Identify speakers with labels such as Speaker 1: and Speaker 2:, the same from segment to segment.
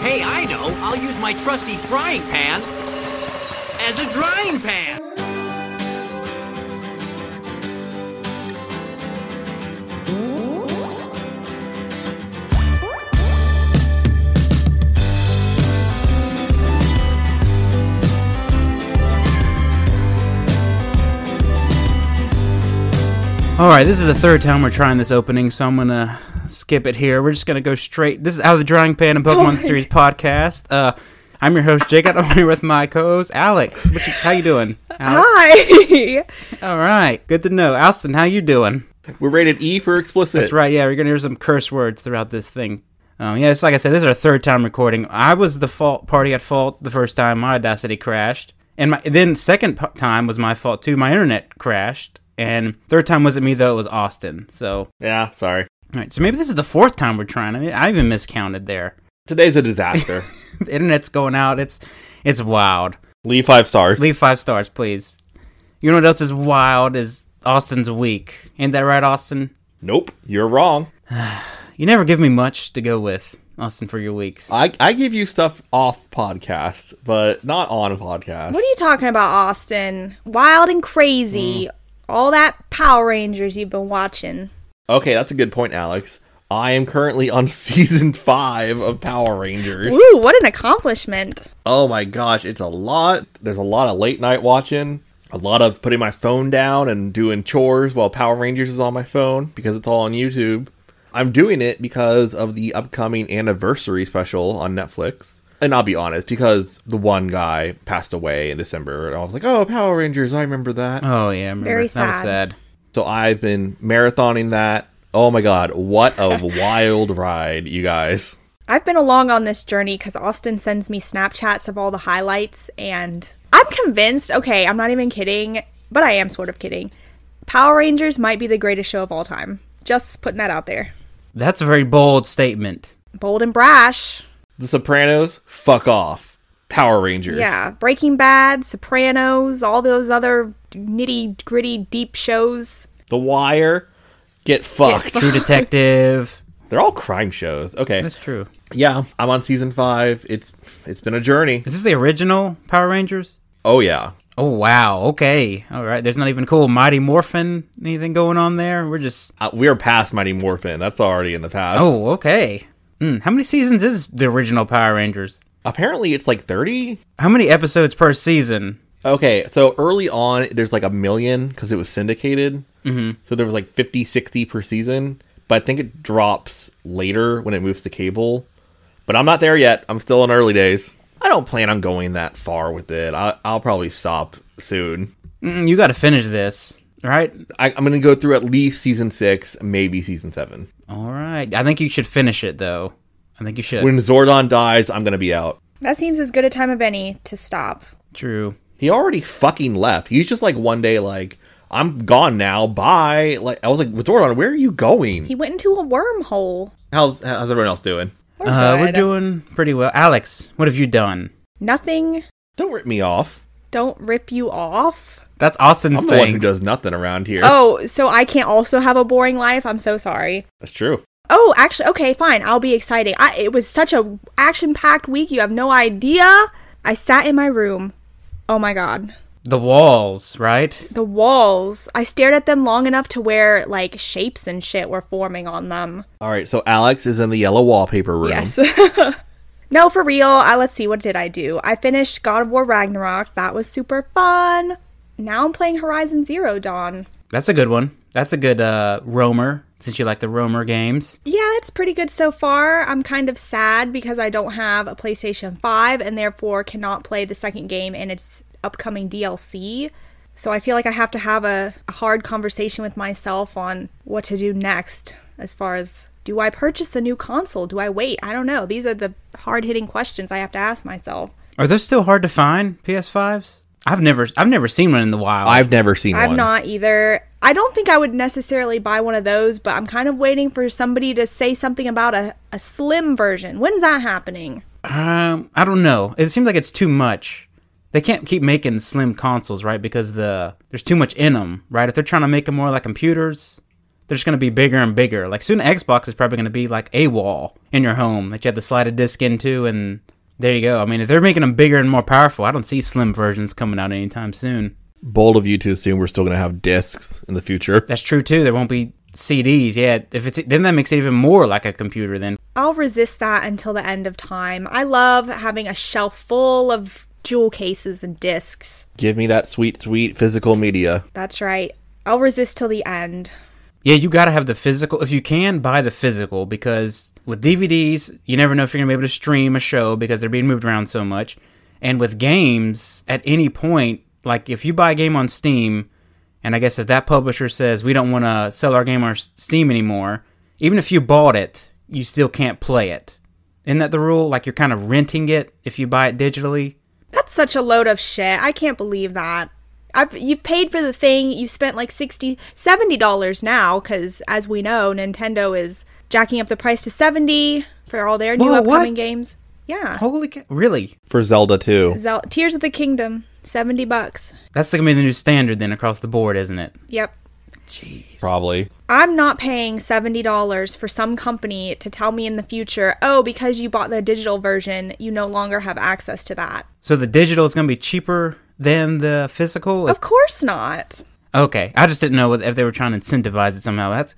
Speaker 1: Hey, I know. I'll use my trusty frying pan as a drying pan.
Speaker 2: All right, this is the third time we're trying this opening, so I'm gonna skip it here. We're just gonna go straight. This is out of the drying pan and Pokemon series podcast. Uh, I'm your host Jake. I'm here with my co-host Alex. What you, how you doing? Alex?
Speaker 3: Hi.
Speaker 2: All right, good to know. Austin, how you doing?
Speaker 4: We're rated E for explicit.
Speaker 2: That's right. Yeah, we're gonna hear some curse words throughout this thing. Um, yeah, it's like I said, this is our third time recording. I was the fault party at fault the first time my Audacity crashed, and my then second p- time was my fault too. My internet crashed, and third time wasn't me though. It was Austin. So
Speaker 4: Yeah, sorry.
Speaker 2: all right, so maybe this is the fourth time we're trying. I mean, I even miscounted there.
Speaker 4: Today's a disaster.
Speaker 2: the internet's going out. It's it's wild.
Speaker 4: Leave five stars.
Speaker 2: Leave five stars, please. You know what else is wild is Austin's week. Ain't that right, Austin?
Speaker 4: Nope, you're wrong.
Speaker 2: You never give me much to go with, Austin, for your weeks.
Speaker 4: I, I give you stuff off podcast, but not on a podcast.
Speaker 3: What are you talking about, Austin? Wild and crazy. All that Power Rangers you've been watching.
Speaker 4: okay, that's a good point, Alex. I am currently on season five of Power Rangers.
Speaker 3: Ooh, what an accomplishment.
Speaker 4: Oh my gosh, it's a lot. There's a lot of late night watching, a lot of putting my phone down and doing chores while Power Rangers is on my phone because it's all on YouTube. I'm doing it because of the upcoming anniversary special on Netflix. And I'll be honest, because the one guy passed away in December, and I was like, oh, Power Rangers, I remember that.
Speaker 2: oh yeah, I remember.
Speaker 3: Very
Speaker 2: That was
Speaker 3: sad.
Speaker 2: sad.
Speaker 4: So I've been marathoning that. Oh my god, what a wild ride, you guys.
Speaker 3: I've been along on this journey because Austin sends me Snapchats of all the highlights, and I'm convinced, okay, I'm not even kidding, but I am sort of kidding. Power Rangers might be the greatest show of all time. Just putting that out there.
Speaker 2: That's a very bold statement.
Speaker 3: Bold and brash.
Speaker 4: The Sopranos, fuck off. Power Rangers.
Speaker 3: Yeah, Breaking Bad, Sopranos, all those other nitty gritty deep shows.
Speaker 4: The Wire, get fucked.
Speaker 2: True Detective.
Speaker 4: They're all crime shows. Okay.
Speaker 2: That's true.
Speaker 4: Yeah, I'm on season 5. It's it's been a journey.
Speaker 2: Is this the original Power Rangers?
Speaker 4: Oh yeah.
Speaker 2: Oh wow. Okay. All right. There's not even cool Mighty Morphin anything going on there. We're just
Speaker 4: Uh, we're past Mighty Morphin. That's already in the past.
Speaker 2: Oh, okay. Hmm, how many seasons is the original Power Rangers?
Speaker 4: Apparently it's like 30.
Speaker 2: How many episodes per season?
Speaker 4: Okay, so early on there's like a million cuz it was syndicated. Mm-hmm. So there was like 50, 60 per season, but I think it drops later when it moves to cable. But I'm not there yet. I'm still in early days. I don't plan on going that far with it. I, I'll probably stop soon.
Speaker 2: Mm, you got to finish this, right?
Speaker 4: I, I'm going to go through at least season six, maybe season seven.
Speaker 2: All right. I think you should finish it though. I think you should.
Speaker 4: When Zordon dies, I'm gonna be out.
Speaker 3: That seems as good a time of any to stop.
Speaker 2: True.
Speaker 4: He already fucking left. He's just like one day, like I'm gone now. Bye. Like I was like, Zordon, where are you going?
Speaker 3: He went into a wormhole.
Speaker 4: How's how's everyone else doing?
Speaker 3: We're
Speaker 2: Uh, we're
Speaker 3: good.
Speaker 2: doing pretty well. Alex, what have you done?
Speaker 3: nothing.
Speaker 4: Don't rip me off.
Speaker 3: Don't rip you off.
Speaker 2: That's Austin's
Speaker 4: I'm the one
Speaker 2: thing.
Speaker 4: who does nothing around here.
Speaker 3: Oh, so I can't also have a boring life. I'm so sorry.
Speaker 4: That's true.
Speaker 3: Oh, actually, okay, fine. I'll be exciting. I, it was such a action-packed week. You have no idea. I sat in my room. Oh my god.
Speaker 2: the walls, right?
Speaker 3: The walls. I stared at them long enough to where like shapes and shit were forming on them.
Speaker 4: All right, so Alex is in the yellow wallpaper room.
Speaker 3: Yes. no, for real. I let's see. What did I do? I finished God of War Ragnarok. That was super fun. Now I'm playing Horizon Zero Dawn.
Speaker 2: That's a good one. That's a good uh roamer since you like the roamer games.
Speaker 3: Yeah, it's pretty good so far. I'm kind of sad because I don't have a PlayStation 5 and therefore cannot play the second game and its upcoming DLC. So I feel like I have to have a, a hard conversation with myself on what to do next as far as do I purchase a new console? Do I wait? I don't know. These are the hard hitting questions I have to ask myself.
Speaker 2: Are those still hard to find PS5s? I've never I've never seen one in the wild.
Speaker 4: I've never seen
Speaker 3: I'm
Speaker 4: one.
Speaker 3: not either. I don't think I would necessarily buy one of those, but I'm kind of waiting for somebody to say something about a, a slim version. When's that happening?
Speaker 2: Um, I don't know. It seems like it's too much. They can't keep making slim consoles, right? Because the there's too much in them, right? If they're trying to make them more like computers, they're just going to be bigger and bigger. Like soon, Xbox is probably going to be like a wall in your home that you have to slide a disc into, and there you go. I mean, if they're making them bigger and more powerful, I don't see slim versions coming out anytime soon.
Speaker 4: Bold of you to assume we're still going to have discs in the future.
Speaker 2: That's true too. There won't be CDs. Yeah, if it's then that makes it even more like a computer. Then
Speaker 3: I'll resist that until the end of time. I love having a shelf full of jewel cases and discs.
Speaker 4: Give me that sweet, sweet physical media.
Speaker 3: That's right. I'll resist till the end.
Speaker 2: Yeah, you got to have the physical. If you can, buy the physical because with DVDs, you never know if you're going to be able to stream a show because they're being moved around so much. And with games, at any point, like if you buy a game on Steam, and I guess if that publisher says we don't want to sell our game on S- Steam anymore, even if you bought it, you still can't play it. Isn't that the rule? Like you're kind of renting it if you buy it digitally.
Speaker 3: That's such a load of shit. I can't believe that. I've, you paid for the thing. You spent like 60 $70 now because, as we know, Nintendo is jacking up the price to 70 for all their new
Speaker 2: Whoa,
Speaker 3: upcoming
Speaker 2: what?
Speaker 3: games. Yeah.
Speaker 2: Holy cow! Really?
Speaker 4: For Zelda too.
Speaker 3: Zel- Tears of the Kingdom, 70 bucks.
Speaker 2: That's gonna be the new standard then across the board, isn't it?
Speaker 3: Yep.
Speaker 2: Jeez.
Speaker 4: Probably.
Speaker 3: I'm not paying $70 for some company to tell me in the future, oh, because you bought the digital version, you no longer have access to that.
Speaker 2: So the digital is gonna be cheaper than the physical.
Speaker 3: Of course not.
Speaker 2: Okay, I just didn't know whether- if they were trying to incentivize it somehow. That's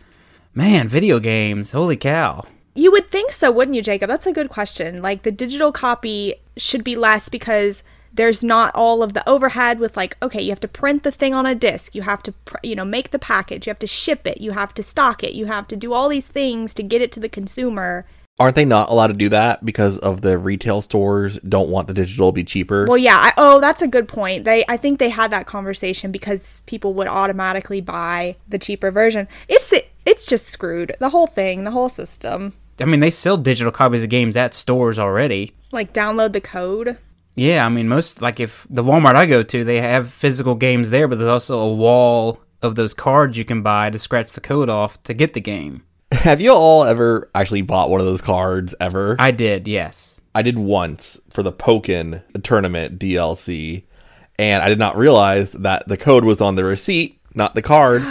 Speaker 2: man, video games. Holy cow!
Speaker 3: You would think so, wouldn't you, Jacob? That's a good question. Like the digital copy should be less because there's not all of the overhead with like, okay, you have to print the thing on a disc, you have to, pr- you know, make the package, you have to ship it, you have to stock it, you have to do all these things to get it to the consumer.
Speaker 4: Aren't they not allowed to do that because of the retail stores don't want the digital to be cheaper?
Speaker 3: Well, yeah. I, oh, that's a good point. They, I think they had that conversation because people would automatically buy the cheaper version. It's it's just screwed. The whole thing, the whole system.
Speaker 2: I mean, they sell digital copies of games at stores already.
Speaker 3: Like download the code.
Speaker 2: Yeah, I mean, most like if the Walmart I go to, they have physical games there, but there's also a wall of those cards you can buy to scratch the code off to get the game.
Speaker 4: Have you all ever actually bought one of those cards ever?
Speaker 2: I did, yes.
Speaker 4: I did once for the Pokken tournament DLC, and I did not realize that the code was on the receipt, not the card.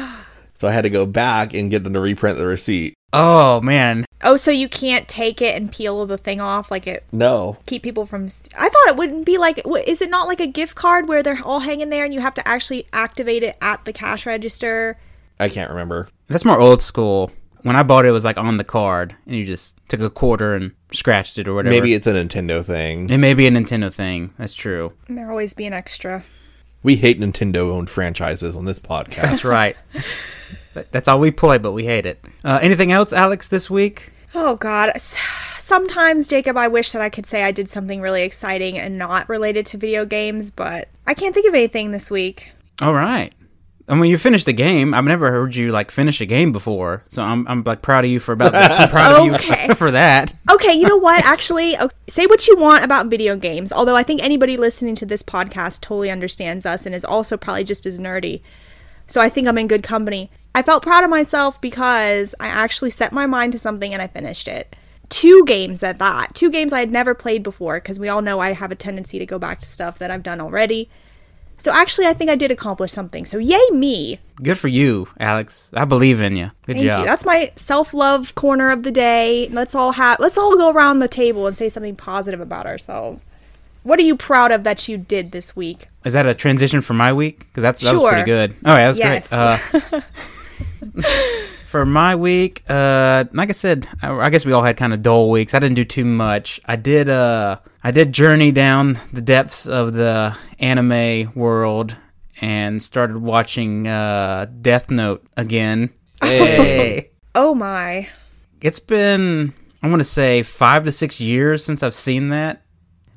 Speaker 4: So I had to go back and get them to reprint the receipt.
Speaker 2: Oh man,
Speaker 3: Oh, so you can't take it and peel the thing off like it
Speaker 4: No.
Speaker 3: keep people from. St- I thought it wouldn't be like. w- Is it not like a gift card where they're all hanging there and you have to actually activate it at the cash register?
Speaker 4: I can't remember.
Speaker 2: that's more old school. When I bought it, it was like on the card, and you just took a quarter and scratched it or whatever.
Speaker 4: Maybe it's a Nintendo thing.
Speaker 2: it may be a Nintendo thing. That's true.
Speaker 3: And they're always being extra.
Speaker 4: We hate Nintendo owned franchises on this podcast.
Speaker 2: That's right. That- That's all we play, but we hate it. Uh, anything else, Alex, this week?
Speaker 3: Oh God. S- Sometimes, Jacob, I wish that I could say I did something really exciting and not related to video games, but I can't think of anything this week.
Speaker 2: All right. I mean, you finished the game. I've never heard you like finish a game before, so I'm, I'm like proud of you for about that. I'm proud of
Speaker 3: Okay.
Speaker 2: you for that.
Speaker 3: Okay, you know what? Actually, okay, say what you want about video games, although I think anybody listening to this podcast totally understands us and is also probably just as nerdy. So I think I'm in good company. I felt proud of myself because I actually set my mind to something and I finished it. Two games at that. Two games I had never played before because we all know I have a tendency to go back to stuff that I've done already. So actually, I think I did accomplish something. So yay me.
Speaker 2: Good for you, Alex. I believe in you. Good
Speaker 3: Thank
Speaker 2: job.
Speaker 3: you. That's my self-love corner of the day. Let's all have let's all go around the table and say something positive about ourselves. What are you proud of that you did this week?
Speaker 2: Is that a transition for my week? Because that's that was
Speaker 3: Sure.
Speaker 2: pretty good. All right, that was
Speaker 3: Yes.
Speaker 2: great. Uh, for my week, uh, like I said, I, I guess we all had kind of dull weeks. I didn't do too much. I did. Uh, I did journey down the depths of the anime world and started watching uh, Death Note again. Hey.
Speaker 3: Oh my.
Speaker 2: it's been I want to say five to six years since I've seen that.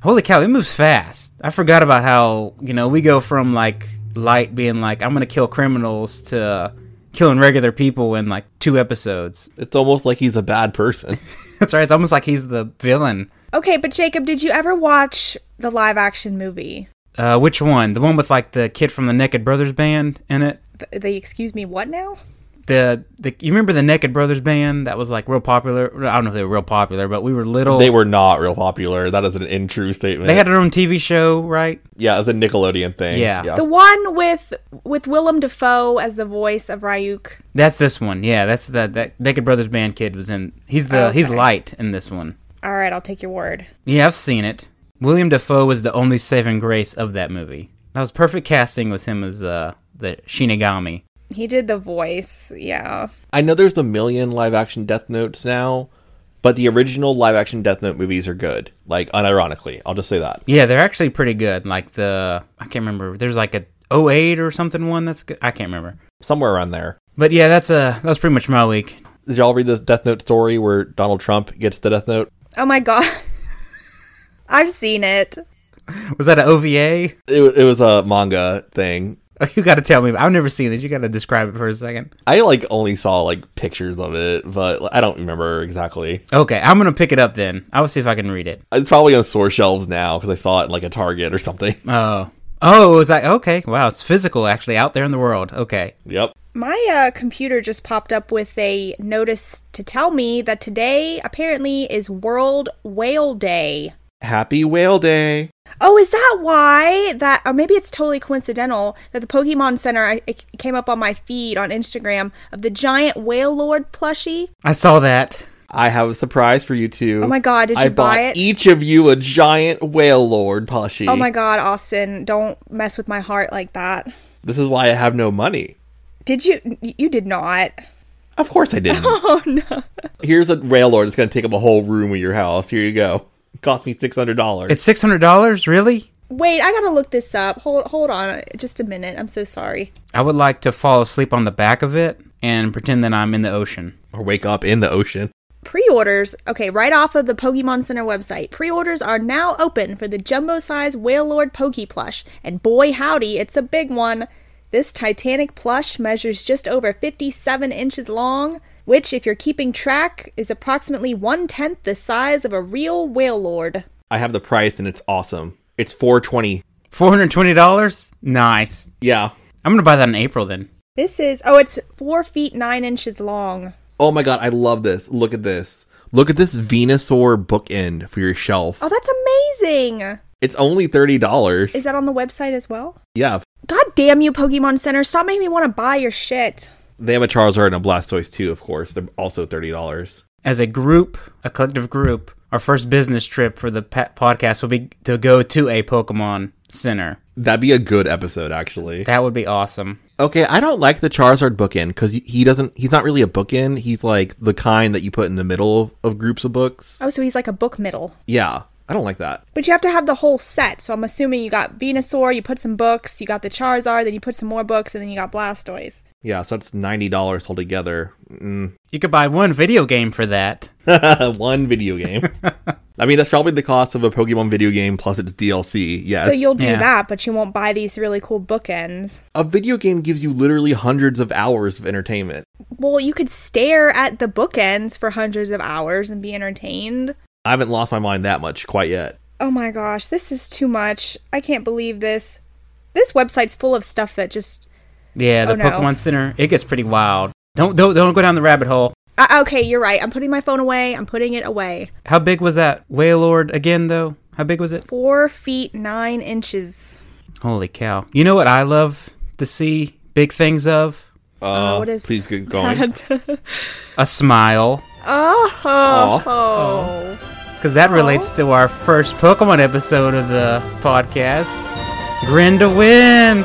Speaker 2: Holy cow, it moves fast. I forgot about how you know we go from like light being like I'm gonna kill criminals to killing regular people in like two episodes.
Speaker 4: it's almost like he's a bad person.
Speaker 2: That's right. It's almost like he's the villain.
Speaker 3: Okay, but Jacob, did you ever watch the live action movie?
Speaker 2: Uh, which one? The one with like the kid from the Naked Brothers band in it?
Speaker 3: The, the excuse me, what now?
Speaker 2: the the you remember the Naked Brothers band that was like real popular. I don't know if they were real popular, but we were little.
Speaker 4: They were not real popular. That is an in true statement.
Speaker 2: They had their own TV show, right?
Speaker 4: yeah, it was a Nickelodeon thing.
Speaker 2: Yeah.
Speaker 3: The one with with Willem Dafoe as the voice of Ryuk.
Speaker 2: That's this one. Yeah, that's the that Naked Brothers band kid was in. He's the he's
Speaker 3: Okay.
Speaker 2: light in this one.
Speaker 3: All right, I'll take your word.
Speaker 2: Yeah, I've seen it. William Defoe was the only saving grace of that movie. That was perfect casting with him as uh, the Shinigami.
Speaker 3: He did the voice. Yeah.
Speaker 4: I know there's a million live action Death Notes now, but the original live action Death Note movies are good. Like, unironically. I'll just say that.
Speaker 2: Yeah, they're actually pretty good. Like the I can't remember. There's like a 08 or something one that's good. I can't remember.
Speaker 4: Somewhere around there.
Speaker 2: But yeah, that's uh that's pretty much my week.
Speaker 4: Did y'all read this Death Note story where Donald Trump gets the Death Note?
Speaker 3: Oh my god. I've seen it.
Speaker 2: Was that an OVA?
Speaker 4: It, wa- it was a manga thing.
Speaker 2: Oh, You got to tell me. I've never seen this. You got to describe it for a second.
Speaker 4: I like only saw like pictures of it, but I don't remember exactly.
Speaker 2: Okay, I'm gonna pick it up then. I will see if I can read it.
Speaker 4: It's probably on store shelves now because I saw it in like a Target or something.
Speaker 2: Oh, oh, it was like okay, wow, it's physical actually out there in the world. Okay,
Speaker 4: yep.
Speaker 3: My uh, computer just popped up with a notice to tell me that today apparently is World Whale Day.
Speaker 4: Happy Whale Day.
Speaker 3: Oh, is that why that, or maybe it's totally coincidental that the Pokemon Center I, it came up on my feed on Instagram of the giant whale lord plushie?
Speaker 2: I saw that.
Speaker 4: I have a surprise for you two.
Speaker 3: Oh my god, did you
Speaker 4: I
Speaker 3: buy
Speaker 4: bought
Speaker 3: it?
Speaker 4: each of you a giant whale lord plushie.
Speaker 3: oh my god, Austin, don't mess with my heart like that.
Speaker 4: This is why I have no money.
Speaker 3: Did you? You did not.
Speaker 4: Of course I didn't.
Speaker 3: Oh no.
Speaker 4: Here's a whale lord that's going to take up a whole room of your house. Here you go. Cost me six hundred dollars.
Speaker 2: It's six hundred dollars, really?
Speaker 3: Wait, I gotta look this up. Hold, hold on, just a minute. I'm so sorry.
Speaker 2: I would like to fall asleep on the back of it and pretend that I'm in the ocean.
Speaker 4: Or wake up in the ocean.
Speaker 3: Pre-orders, okay, right off of the Pokemon Center website. Pre-orders are now open for the jumbo-size Whale Lord Poke plush, and boy howdy, it's a big one. This Titanic plush measures just over 57 inches long, which, if you're keeping track, is approximately one tenth the size of a real Whale Lord.
Speaker 4: I have the price and it's awesome. It's four twenty.
Speaker 2: Four hundred twenty dollars? Nice.
Speaker 4: Yeah.
Speaker 2: I'm gonna buy that in April then.
Speaker 3: This is oh, it's four feet nine inches long.
Speaker 4: Oh my god, I love this. Look at this. Look at this Venusaur bookend for your shelf.
Speaker 3: Oh, that's amazing!
Speaker 4: It's only thirty dollars.
Speaker 3: Is that on the website as well?
Speaker 4: yeah.
Speaker 3: God damn you, Pokemon Center! Stop making me want to buy your shit.
Speaker 4: They have a Charizard and a Blastoise too, of course. They're also thirty dollars.
Speaker 2: As a group, a collective group, our first business trip for the pa- podcast will be to go to a Pokemon Center.
Speaker 4: That'd be a good episode, actually.
Speaker 2: That would be awesome.
Speaker 4: Okay, I don't like the Charizard bookend because he doesn't. He's not really a bookend. He's like the kind that you put in the middle of groups of books.
Speaker 3: Oh, so he's like a book middle.
Speaker 4: Yeah, I don't like that.
Speaker 3: But you have to have the whole set. So I'm assuming you got Venusaur, you put some books, you got the Charizard, then you put some more books, and then you got Blastoise.
Speaker 4: Yeah, so that's ninety dollars altogether. Mm.
Speaker 2: You could buy one video game for that.
Speaker 4: One video game. I mean, that's probably the cost of a Pokemon video game plus its DLC. Yes,
Speaker 3: So you'll do
Speaker 2: Yeah.
Speaker 3: that, but you won't buy these really cool bookends.
Speaker 4: a video game gives you literally hundreds of hours of entertainment.
Speaker 3: Well, you could stare at the bookends for hundreds of hours and be entertained.
Speaker 4: I haven't lost my mind that much quite yet.
Speaker 3: Oh my gosh, this is too much. I can't believe this. This website's full of stuff that just.
Speaker 2: Yeah, the
Speaker 3: Oh, no.
Speaker 2: Pokemon Center. It gets pretty wild. Don't don't don't go down the rabbit hole.
Speaker 3: I- uh, okay, you're right. I'm putting my phone away. I'm putting it away.
Speaker 2: How big was that Wailord again though? How big was it?
Speaker 3: Four feet nine inches.
Speaker 2: Holy cow. You know what I love to see big things of?
Speaker 4: Uh,
Speaker 3: Oh, what is
Speaker 4: please get going.
Speaker 3: that?
Speaker 2: A smile.
Speaker 3: oh.
Speaker 4: Aw.
Speaker 3: oh.
Speaker 2: Because that relates to our first Pokemon episode of the podcast. Grin to win!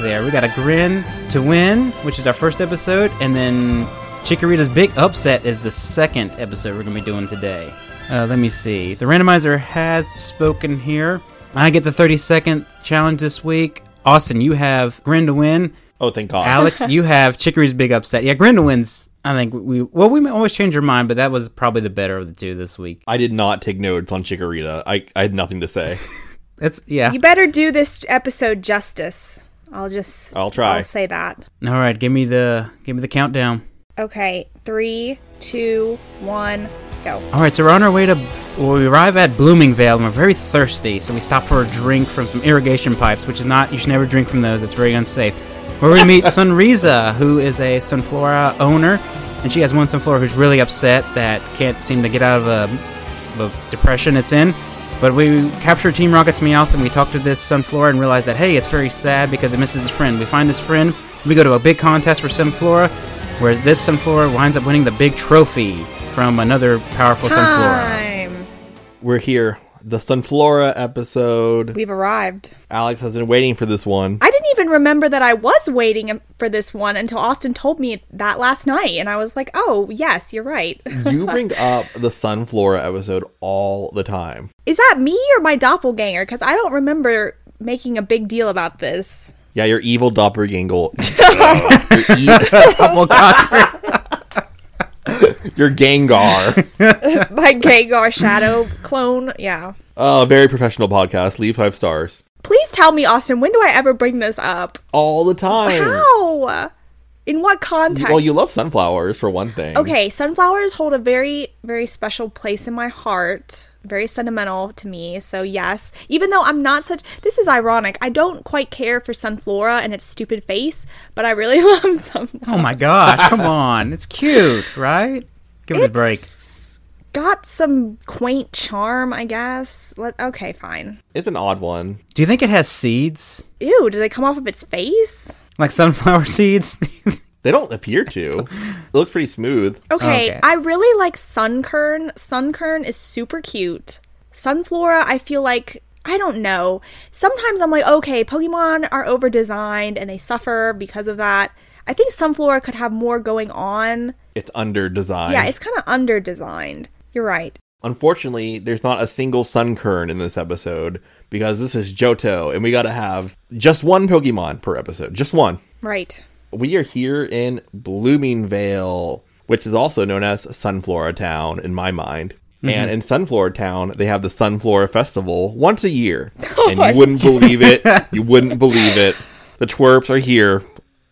Speaker 2: There, we got a grin to win, which is our first episode, and then Chikorita's Big Upset is the second episode we're going to be doing today. Uh, let me see. The randomizer has spoken here. I get the 30 second challenge this week. Austin, you have grin to win.
Speaker 4: Oh, thank God.
Speaker 2: Alex, you have Chicory's big upset. Yeah, Grindelwin's. I think we well we may always change our mind, but that was probably the better of the two this week.
Speaker 4: I did not take notes on Chikorita. I, I had nothing to say.
Speaker 2: That's yeah.
Speaker 3: You better do this episode justice. I'll just.
Speaker 4: I'll try.
Speaker 3: I'll say that.
Speaker 2: All right, give me the give me the countdown.
Speaker 3: Okay, three, two, one, go.
Speaker 2: All right, so we're on our way to. Well, we arrive at Bloomingvale, and we're very thirsty, so we stop for a drink from some irrigation pipes, which is not. You should never drink from those; it's very unsafe. Where we meet Sunriza, who is a Sunflora owner, and she has one Sunflora who's really upset that can't seem to get out of a, a depression it's in. But we capture Team Rocket's Meowth, and we talk to this Sunflora and realize that hey, it's very sad because it misses its friend. We find its friend. We go to a big contest for Sunflora, where this Sunflora winds up winning the big trophy from another powerful Sunflora.
Speaker 3: Time.
Speaker 4: We're here. The Sunflora episode.
Speaker 3: We've arrived.
Speaker 4: Alex has been waiting for this one.
Speaker 3: I didn't even remember that I was waiting for this one until Austin told me that last night, and I was like, "Oh, yes, you're right."
Speaker 4: you bring up the Sunflora episode all the time.
Speaker 3: Is that me or my doppelganger? Because I don't remember making a big deal about this.
Speaker 4: Yeah, your evil doppelganger. your, e-
Speaker 2: Double cock.
Speaker 4: your Gengar.
Speaker 3: My Gengar shadow clone. Yeah.
Speaker 4: Oh, very professional podcast. Leave five stars.
Speaker 3: Please tell me, Austin. When do I ever bring this up?
Speaker 4: All the time.
Speaker 3: How? In what context?
Speaker 4: Well, you love sunflowers for one thing.
Speaker 3: Okay, sunflowers hold a very, very special place in my heart. Very sentimental to me. So, yes, even though I'm not such, this is ironic. I don't quite care for Sunflora and its stupid face, but I really love some.
Speaker 2: Oh my gosh! Come on, it's cute, right? Give it a break.
Speaker 3: Got some quaint charm, I guess. Let, okay, fine.
Speaker 4: It's an odd one.
Speaker 2: Do you think it has seeds,
Speaker 3: Ew, did they come off of its face?
Speaker 2: like sunflower seeds?
Speaker 4: They don't appear to. It looks pretty smooth.
Speaker 3: Okay,
Speaker 2: Okay.
Speaker 3: I really like Sunkern. Sunkern is super cute. Sunflora, I feel like I don't know. Sometimes I'm like, okay, Pokemon are over designed and they suffer because of that. I think Sunflora could have more going on.
Speaker 4: It's under design.
Speaker 3: Yeah, it's kind of under designed. You're right.
Speaker 4: Unfortunately, there's not a single sun kern in this episode because this is Johto, and we got to have just one Pokemon per episode. Just one.
Speaker 3: Right.
Speaker 4: We are here in Bloomingvale, which is also known as Sunflora Town in my mind.
Speaker 2: Mm-hmm.
Speaker 4: And in Sunflora Town, they have the Sunflora Festival once a year.
Speaker 2: Oh
Speaker 4: and you wouldn't believe it. You wouldn't believe it. The twerps are here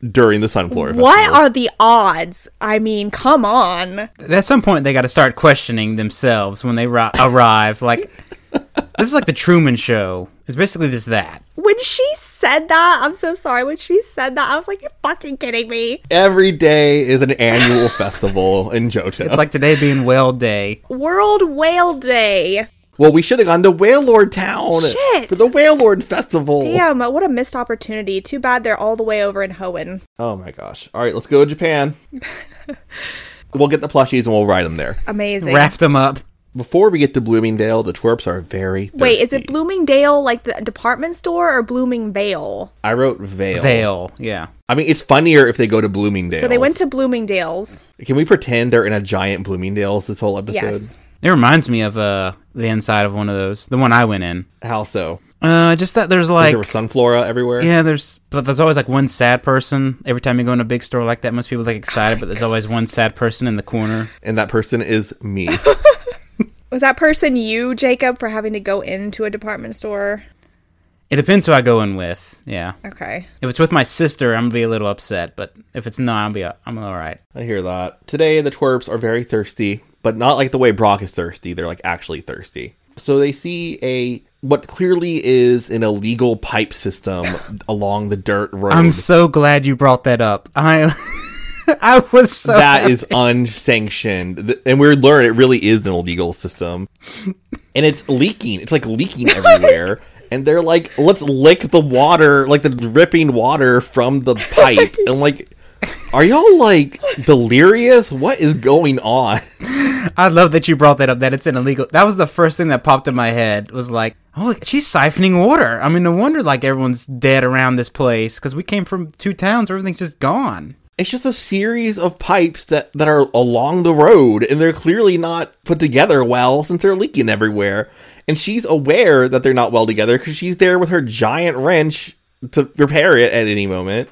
Speaker 4: during the Sunflora
Speaker 3: What
Speaker 4: Festival.
Speaker 3: are the odds? I mean, come on.
Speaker 2: At some point, they got to start questioning themselves when they ri- arrive. Like this is like the Truman Show. It's basically just that.
Speaker 3: When she said that, I'm so sorry. When she said that, I was like, you're fucking kidding me.
Speaker 4: Every day is an annual festival in Johto.
Speaker 2: It's like today being Whale Day.
Speaker 3: World Whale Day.
Speaker 4: Well, we should have gone to Whale Lord Town
Speaker 3: Shit.
Speaker 4: for the Whale Lord Festival.
Speaker 3: Damn, what a missed opportunity. Too bad they're all the way over in Hoenn.
Speaker 4: Oh my gosh. All right, let's go to Japan. we'll get the plushies and we'll ride them there.
Speaker 3: Amazing.
Speaker 2: Raft them up.
Speaker 4: Before we get to Bloomingdale, the twerps are very thirsty.
Speaker 3: Wait, is it Bloomingdale like the department store or Bloomingvale?
Speaker 4: I wrote Vale.
Speaker 2: Veil. Yeah.
Speaker 4: I mean, it's funnier if they go to Bloomingdale.
Speaker 3: So they went to Bloomingdale's.
Speaker 4: Can we pretend they're in a giant Bloomingdale's this whole episode?
Speaker 3: Yes.
Speaker 2: It reminds me of uh, the inside of one of those. The one I went in.
Speaker 4: How so?
Speaker 2: Uh, just that there's like
Speaker 4: there were sunflora everywhere.
Speaker 2: Yeah, there's but there's always like one sad person every time you go in a big store like that. Most people like excited, but there's always one sad person in the corner.
Speaker 4: And that person is me.
Speaker 3: Was that person you, Jacob, for having to go into a department store?
Speaker 2: It depends who I go in with. Yeah,
Speaker 3: Okay.
Speaker 2: if it's with my sister, I'm gonna be a little upset, but if it's not, I'll be a- I'm all right.
Speaker 4: I hear that. Today, the twerps are very thirsty, but not like the way Brock is thirsty. They're like actually thirsty. So they see a what clearly is an illegal pipe system along the dirt road.
Speaker 2: I'm so glad you brought that up. I I was so
Speaker 4: that is unsanctioned, Th- and we're learning it really is an illegal system, and it's leaking. It's like leaking everywhere. And they're like, let's lick the water, like the dripping water from the pipe. And like, are y'all like delirious? What is going on?
Speaker 2: I love that you brought that up. That it's an illegal. That was the first thing that popped in my head. Was like, oh, look, she's siphoning water. I mean, no wonder like everyone's dead around this place because we came from two towns. where Everything's just gone.
Speaker 4: it's just a series of pipes that, that are along the road and they're clearly not put together well since they're leaking everywhere and she's aware that they're not well together because she's there with her giant wrench to repair it at any moment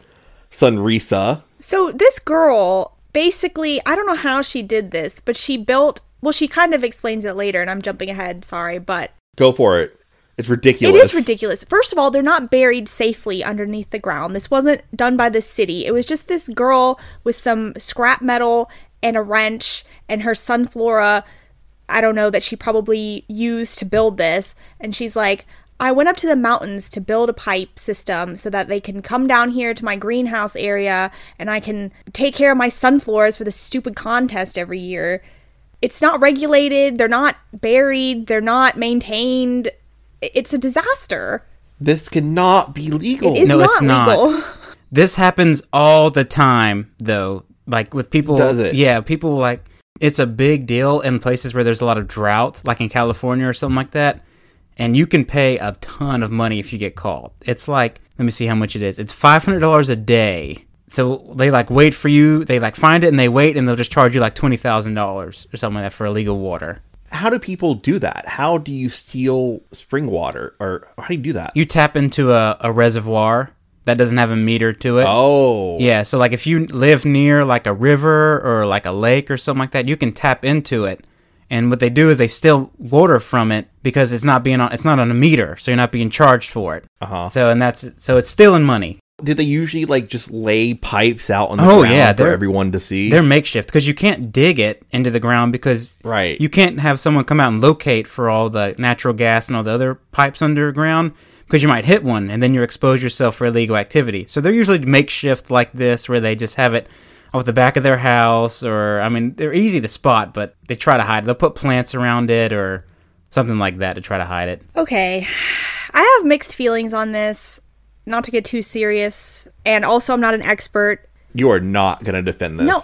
Speaker 4: Sunrisa.
Speaker 3: So this girl basically, I don't know how she did this, but she built. Well, she kind of explains it later, and I'm jumping ahead. Sorry, but
Speaker 4: Go for it. It's ridiculous.
Speaker 3: it is ridiculous. First of all, they're not buried safely underneath the ground. This wasn't done by the city. It was just this girl with some scrap metal and a wrench and her sunflora. I don't know that she probably used to build this. And she's like, I went up to the mountains to build a pipe system so that they can come down here to my greenhouse area and I can take care of my sunfloras for this stupid contest every year. It's not regulated, they're not buried, they're not maintained it's a disaster.
Speaker 4: This cannot be legal.
Speaker 3: It is
Speaker 2: Oh, No,
Speaker 3: not
Speaker 2: it's not.
Speaker 3: legal.
Speaker 2: This happens all the time, though. Like with people,
Speaker 4: Does it?
Speaker 2: Yeah, people like it's a big deal in places where there's a lot of drought, like in California or something like that. And you can pay a ton of money if you get called. It's like let me see how much it is. It's five hundred dollars a day. So they like wait for you. They like find it and they wait, and they'll just charge you like twenty thousand dollars or something like that for illegal water.
Speaker 4: How do people do that? How do you steal spring water? Or how do you do that?
Speaker 2: You tap into a, a reservoir that doesn't have a meter to it.
Speaker 4: oh.
Speaker 2: Yeah, so like if you live near like a river or like a lake or something like that, you can tap into it. And what they do is they steal water from it because it's not being on it's not on a meter, so you're not being charged for it.
Speaker 4: Uh-huh.
Speaker 2: So and that's so it's stealing money.
Speaker 4: Did they usually like just lay pipes out on the
Speaker 2: Oh,
Speaker 4: ground
Speaker 2: yeah,
Speaker 4: for
Speaker 2: they're-
Speaker 4: everyone to see?
Speaker 2: They're makeshift because you can't dig it into the ground because
Speaker 4: Right.
Speaker 2: you can't have someone come out and locate for all the natural gas and all the other pipes underground because you might hit one and then you expose yourself for illegal activity. So they're usually makeshift like this where they just have it off the back of their house or I mean they're easy to spot but they try to hide. it. They'll put plants around it or something like that to try to hide it.
Speaker 3: okay. I have mixed feelings on this, not to get too serious. And also, I'm not an expert.
Speaker 4: you are not going to defend this.
Speaker 3: No,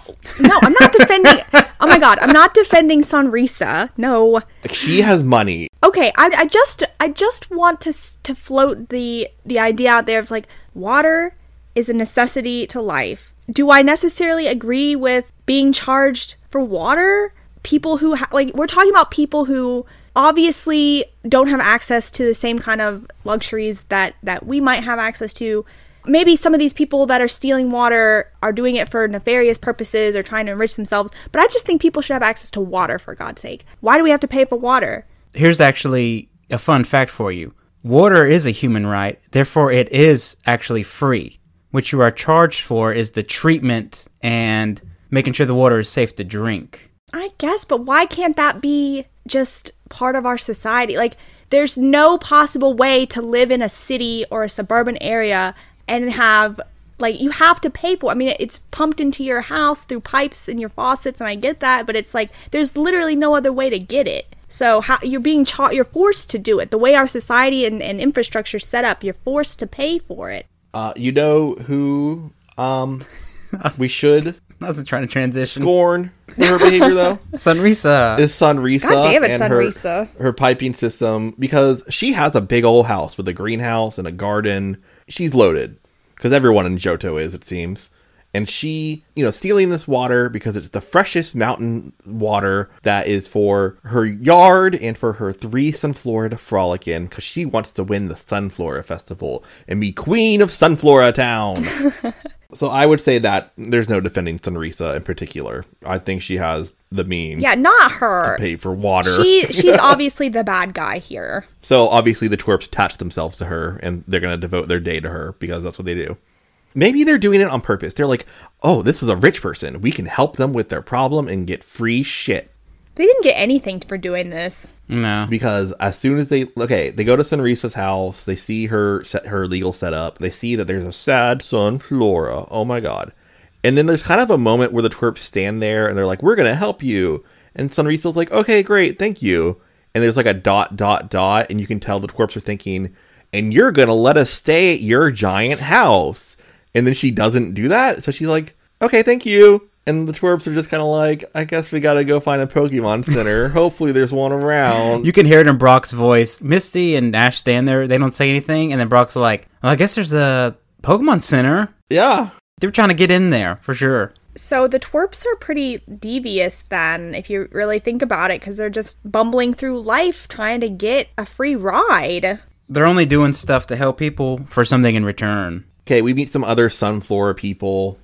Speaker 3: no, I'm not defending. oh my God, I'm not defending Sonrisa. No.
Speaker 4: Like, she has money.
Speaker 3: Okay, I, I just I just want to s- to float the the idea out there of like water is a necessity to life. Do I necessarily agree with being charged for water? People who ha- like we're talking about people who obviously don't have access to the same kind of luxuries that that we might have access to. Maybe some of these people that are stealing water are doing it for nefarious purposes or trying to enrich themselves, but I just think people should have access to water for God's sake. Why do we have to pay for water?
Speaker 2: here's actually a fun fact for you water is a human right therefore it is actually free what you are charged for is the treatment and making sure the water is safe to drink
Speaker 3: I guess, but why can't that be just part of our society? Like, there's no possible way to live in a city or a suburban area and have, like, you have to pay for it. I mean, it's pumped into your house through pipes and your faucets, and I get that, but it's like, there's literally no other way to get it. So how, you're being cha- you're forced to do it. The way our society and, and infrastructure is set up, you're forced to pay for it.
Speaker 4: Uh, you know who um, we should
Speaker 2: i was trying to transition
Speaker 4: scorn for her behavior, though?
Speaker 2: sunrisa
Speaker 4: is Sunrisa.
Speaker 3: God damn it,
Speaker 4: and
Speaker 3: Sunrisa.
Speaker 4: Her, her piping system because she has a big old house with a greenhouse and a garden. She's loaded because everyone in Johto is, it seems. And she, you know, stealing this water because it's the freshest mountain water that is for her yard and for her three Sunflora to frolic in because she wants to win the Sunflora Festival and be queen of Sunflora Town. so I would say that there's no defending Sunrisa in particular. I think she has the means
Speaker 3: Yeah, not her.
Speaker 4: pay for water.
Speaker 3: She she's obviously the bad guy here.
Speaker 4: so obviously the twerps attach themselves to her and they're going to devote their day to her because that's what they do. Maybe they're doing it on purpose. They're like, "Oh, this is a rich person. We can help them with their problem and get free shit."
Speaker 3: They didn't get anything for doing this.
Speaker 2: no
Speaker 4: Because as soon as they okay, they go to Sunrisa's house, they see her set her legal setup. They see that there's a sad son Flora. Oh my god. And then there's kind of a moment where the twerps stand there and they're like, "We're going to help you." And Sunrisa's like, "Okay, great. Thank you." And there's like a dot dot dot and you can tell the twerps are thinking, "And you're going to let us stay at your giant house." And then she doesn't do that. So she's like, okay, thank you. And the twerps are just kind of like, I guess we got to go find a Pokemon Center. Hopefully there's one around.
Speaker 2: you can hear it in brock's voice misty and ash stand there they don't say anything and then brock's like well, i guess there's a pokemon center
Speaker 4: yeah.
Speaker 2: they're trying to get in there for sure
Speaker 3: So the twerps are pretty devious then, if you really think about it, because they're just bumbling through life trying to get a free ride.
Speaker 2: they're only doing stuff to help people for something in return
Speaker 4: Okay, we meet some other Sunflora people.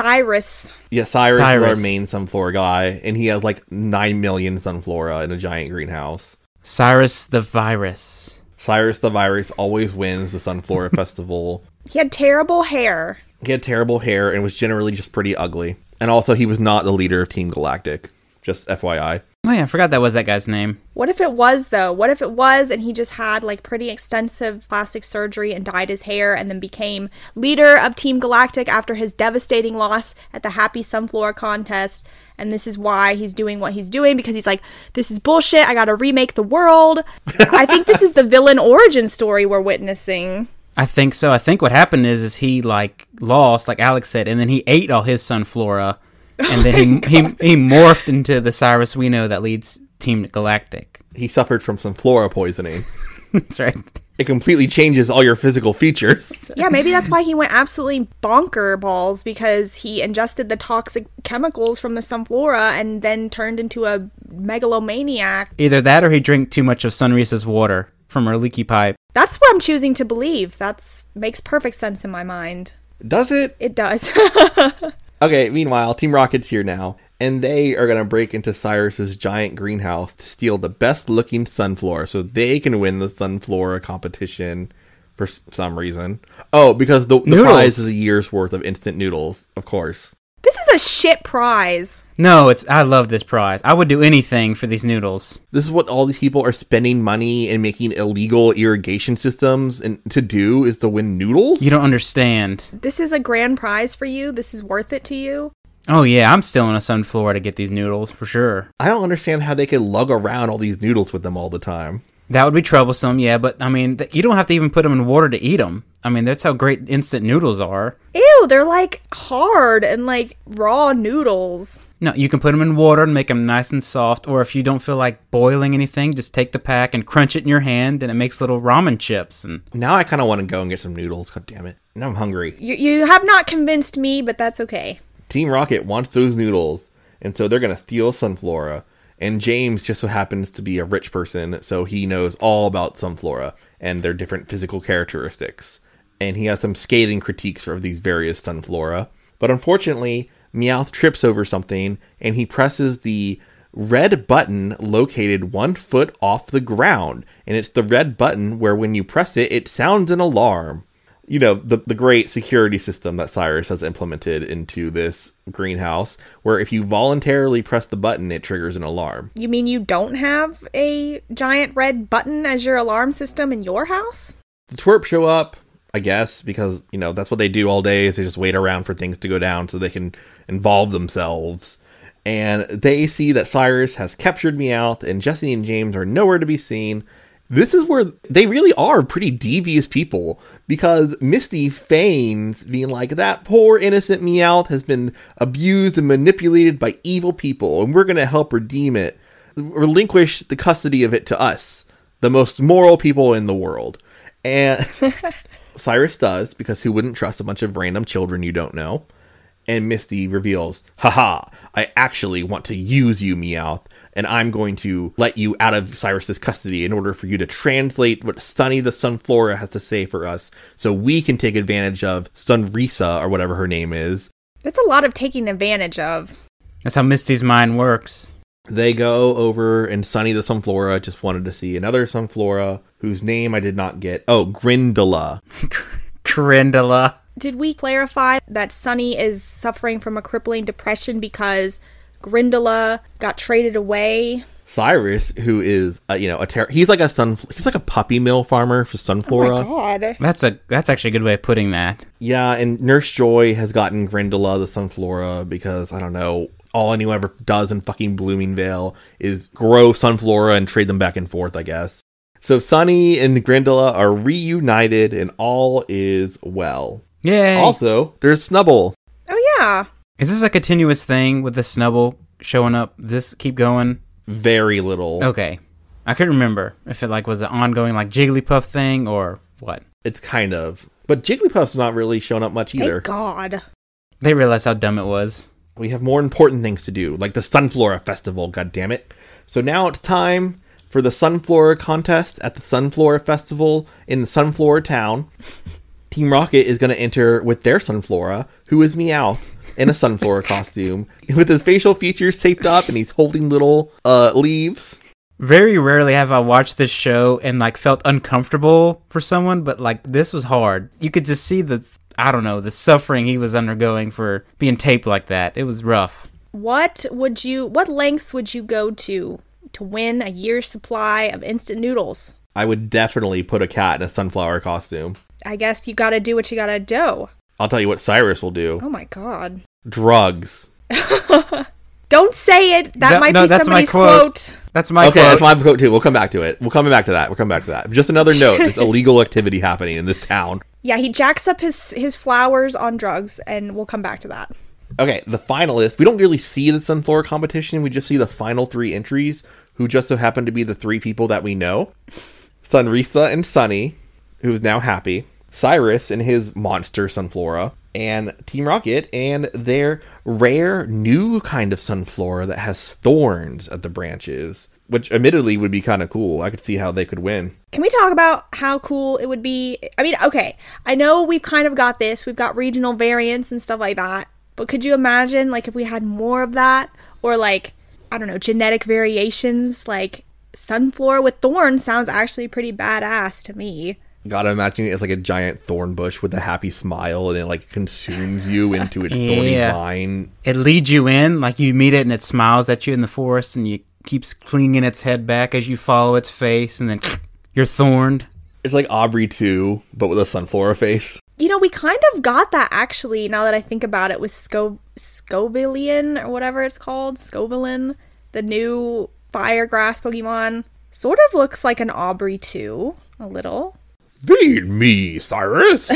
Speaker 3: Cyrus.
Speaker 4: Yeah, Cyrus,
Speaker 2: Cyrus.
Speaker 4: is our main Sunflora guy, and he has like 9 million Sunflora in a giant greenhouse.
Speaker 2: Cyrus the virus.
Speaker 4: Cyrus the Virus always wins the Sunflora Festival.
Speaker 3: He had terrible hair.
Speaker 4: He had terrible hair and was generally just pretty ugly. And also, he was not the leader of Team Galactic. Just FYI.
Speaker 2: Oh yeah, I forgot that was that guy's name.
Speaker 3: What if it was though? What if it was and he just had like pretty extensive plastic surgery and dyed his hair and then became leader of Team Galactic after his devastating loss at the Happy Sunflower contest and this is why he's doing what he's doing because he's like this is bullshit. I got to remake the world. I think this is the villain origin story we're witnessing.
Speaker 2: I think so. I think what happened is is he like lost, like Alex said, and then he ate all his sunflora, and then he, he he morphed into the Cyrus we know that leads Team Galactic.
Speaker 4: He suffered from Sunflora poisoning.
Speaker 2: That's right.
Speaker 4: It completely changes all your physical features.
Speaker 3: Yeah, maybe that's why he went absolutely bonker balls because he ingested the toxic chemicals from the sunflora and then turned into a megalomaniac.
Speaker 2: Either that or he drank too much of Sunrisa's water from her leaky pipe.
Speaker 3: That's what I'm choosing to believe. That's makes perfect sense in my mind.
Speaker 4: Does it?
Speaker 3: It does.
Speaker 4: Okay, meanwhile, Team Rocket's here now, and they are going to break into Cyrus's giant greenhouse to steal the best looking sunflora so they can win the sunflora competition for s- some reason. Oh, because the, the
Speaker 2: Noodles.
Speaker 4: prize is a year's worth of instant noodles, of course.
Speaker 3: this is a shit prize.
Speaker 2: No, it's I love this prize. I would do anything for these noodles.
Speaker 4: This is what all these people are spending money and making illegal irrigation systems and to do is to win noodles?
Speaker 2: You don't understand.
Speaker 3: This is a grand prize for you. This is worth it to you.
Speaker 2: Oh yeah, I'm still on a sunflora to get these noodles for sure.
Speaker 4: I don't understand how they could lug around all these noodles with them all the time.
Speaker 2: That would be troublesome, yeah. But I mean, th- you don't have to even put them in water to eat them. I mean, that's how great instant noodles are.
Speaker 3: Ew, they're like hard and like raw noodles.
Speaker 2: No, you can put them in water and make them nice and soft. Or if you don't feel like boiling anything, just take the pack and crunch it in your hand, and it makes little ramen chips. And
Speaker 4: Now I kind of want to go and get some noodles. God damn it. Now I'm hungry.
Speaker 3: You you have not convinced me, but that's okay.
Speaker 4: Team Rocket wants those noodles, and so they're going to steal Sunflora. And James just so happens to be a rich person, so he knows all about Sunflora and their different physical characteristics. And he has some scathing critiques of these various Sunflora. But unfortunately, Meowth trips over something and he presses the red button located one foot off the ground. And it's the red button where when you press it, it sounds an alarm you know the the great security system that Cyrus has implemented into this greenhouse, where if you voluntarily press the button, it triggers an alarm.
Speaker 3: You mean you don't have a giant red button as your alarm system in your house?
Speaker 4: The twerp show up, I guess, because you know that's what they do all day is they just wait around for things to go down so they can involve themselves. And they see that Cyrus has captured Meowth, and Jesse and James are nowhere to be seen. This is where they really are pretty devious people because Misty feigns being like, that poor innocent Meowth has been abused and manipulated by evil people, and we're going to help redeem it, relinquish the custody of it to us, the most moral people in the world. And Cyrus does because who wouldn't trust a bunch of random children you don't know? And Misty reveals, haha, I actually want to use you, Meowth, and I'm going to let you out of Cyrus's custody in order for you to translate what Sunny the Sunflora has to say for us so we can take advantage of Sunrisa or whatever her name is.
Speaker 3: That's a lot of taking advantage of.
Speaker 2: that's how Misty's mind works.
Speaker 4: They go over, and Sunny the Sunflora just wanted to see another Sunflora whose name I did not get. Oh, Grindola.
Speaker 2: Carindola.
Speaker 3: Did we clarify that Sunny is suffering from a crippling depression because Grindola got traded away?
Speaker 4: Cyrus, who is uh, you know a ter- he's like a sun he's like a puppy mill farmer for Sunflora.
Speaker 3: Oh God.
Speaker 2: That's a that's actually a good way of putting that.
Speaker 4: yeah, and Nurse Joy has gotten Grindola the Sunflora because I don't know all anyone ever does in fucking Bloomingvale is grow Sunflora and trade them back and forth. I guess. So Sunny and Grindola are reunited and all is well.
Speaker 2: Yay!
Speaker 4: Also, there's Snubble.
Speaker 3: Oh, yeah.
Speaker 2: Is this a continuous thing with the snubble showing up? This keep going.
Speaker 4: Very little.
Speaker 2: Okay, I couldn't remember if it like was an ongoing like Jigglypuff thing or what.
Speaker 4: It's kind of, but Jigglypuff's not really showing up much either.
Speaker 3: Thank God.
Speaker 2: They realized how dumb it was.
Speaker 4: We have more important things to do, like the Sunflora Festival, goddammit. So now it's time for the Sunflora contest at the Sunflora Festival in the Sunflora town. Team Rocket is going to enter with their Sunflora, who is Meowth in a Sunflora costume, with his facial features taped up, and he's holding little uh, leaves.
Speaker 2: Very rarely have I watched this show and like felt uncomfortable for someone, but like this was hard. You could just see the I don't know the suffering he was undergoing for being taped like that. It was rough.
Speaker 3: What would you what lengths would you go to to win a year's supply of instant noodles?
Speaker 4: I would definitely put a cat in a sunflower costume.
Speaker 3: I guess you got to do what you got to do.
Speaker 4: I'll tell you what Cyrus will do.
Speaker 3: Oh my god.
Speaker 4: Drugs.
Speaker 3: Don't say it. That
Speaker 2: No-
Speaker 3: might
Speaker 2: no,
Speaker 3: be
Speaker 2: that's my
Speaker 3: somebody's
Speaker 2: quote.
Speaker 3: quote.
Speaker 2: That's my
Speaker 4: okay,
Speaker 2: quote.
Speaker 4: that's my quote too. We'll come back to it. We'll come back to that. We'll come back to that. Just another note: there's illegal activity happening in this town.
Speaker 3: Yeah, he jacks up his his flowers on drugs and we'll come back to that.
Speaker 4: Okay, the finalists. We don't really see the sunflower competition. We just see the final three entries, who just so happen to be the three people that we know: Sunrisa and Sunny, who is now happy, Cyrus and his monster sunflora, and Team Rocket and their rare new kind of sunflora that has thorns at the branches, which admittedly would be kind of cool. I could see how they could win.
Speaker 3: Can we talk about how cool it would be? I mean, okay, I know we've kind of got this. We've got regional variants and stuff like that. But could you imagine, like, if we had more of that? Or, like, I don't know, genetic variations? Like, sunflower with thorns sounds actually pretty badass to me.
Speaker 4: Gotta imagine it's like a giant thorn bush with a happy smile, and it like consumes you into its thorny
Speaker 2: Yeah.
Speaker 4: vine.
Speaker 2: it leads you in, like you meet it and it smiles at you in the forest and you keeps clinging its head back as you follow its face and then you're thorned.
Speaker 4: It's like Aubrey too, but with a sunflower face.
Speaker 3: You know, we kind of got that actually, now that I think about it, with Sco- Scovillian or whatever it's called. Scovillian, the new fire grass Pokemon. Sort of looks like an Aubrey, too, a little.
Speaker 4: Feed me, Cyrus.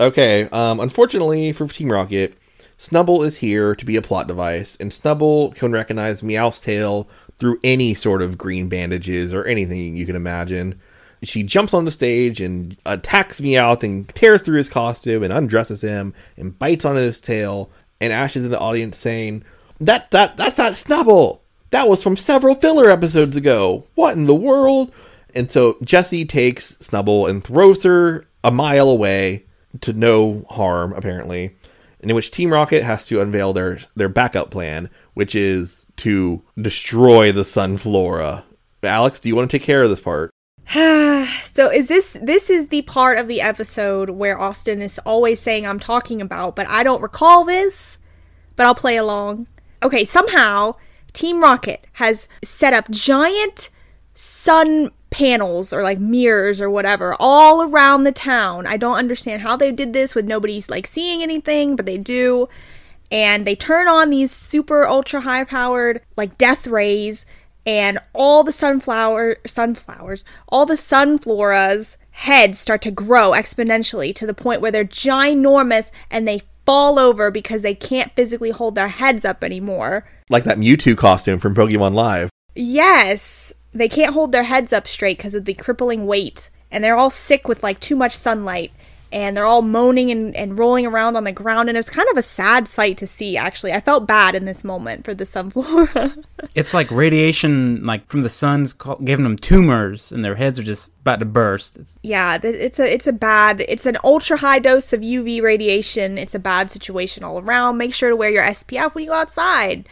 Speaker 4: okay. Um. Unfortunately for Team Rocket, Snubble is here to be a plot device, and Snubble can recognize Meowth's tail through any sort of green bandages or anything you can imagine. She jumps on the stage and attacks Meowth and tears through his costume and undresses him and bites on his tail. And Ash is in the audience saying, "That that that's not Snubble. That was from several filler episodes ago. What in the world?" And so Jesse takes Snubble and throws her a mile away to no harm, apparently. And in which Team Rocket has to unveil their their backup plan, which is to destroy the Sunflora. Alex, do you want to take care of this part?
Speaker 3: So is this this is the part of the episode where Austin is always saying I'm talking about, but I don't recall this, but I'll play along. Okay, somehow Team Rocket has set up giant sun panels or like mirrors or whatever all around the town. I don't understand how they did this with nobody's like seeing anything, but they do. And they turn on these super ultra high powered like death rays and all the sunflower sunflowers, all the sunflora's heads start to grow exponentially to the point where they're ginormous and they fall over because they can't physically hold their heads up anymore.
Speaker 4: Like that Mewtwo costume from Pokemon Live.
Speaker 3: Yes, they can't hold their heads up straight because of the crippling weight, and they're all sick with like too much sunlight, and they're all moaning and, and rolling around on the ground, and it's kind of a sad sight to see. Actually, I felt bad in this moment for the sunflora.
Speaker 2: It's like radiation, like from the sun's ca- giving them tumors, and their heads are just about to burst. It's,
Speaker 3: yeah, th- it's a it's a bad it's an ultra high dose of UV radiation. It's a bad situation all around. Make sure to wear your SPF when you go outside.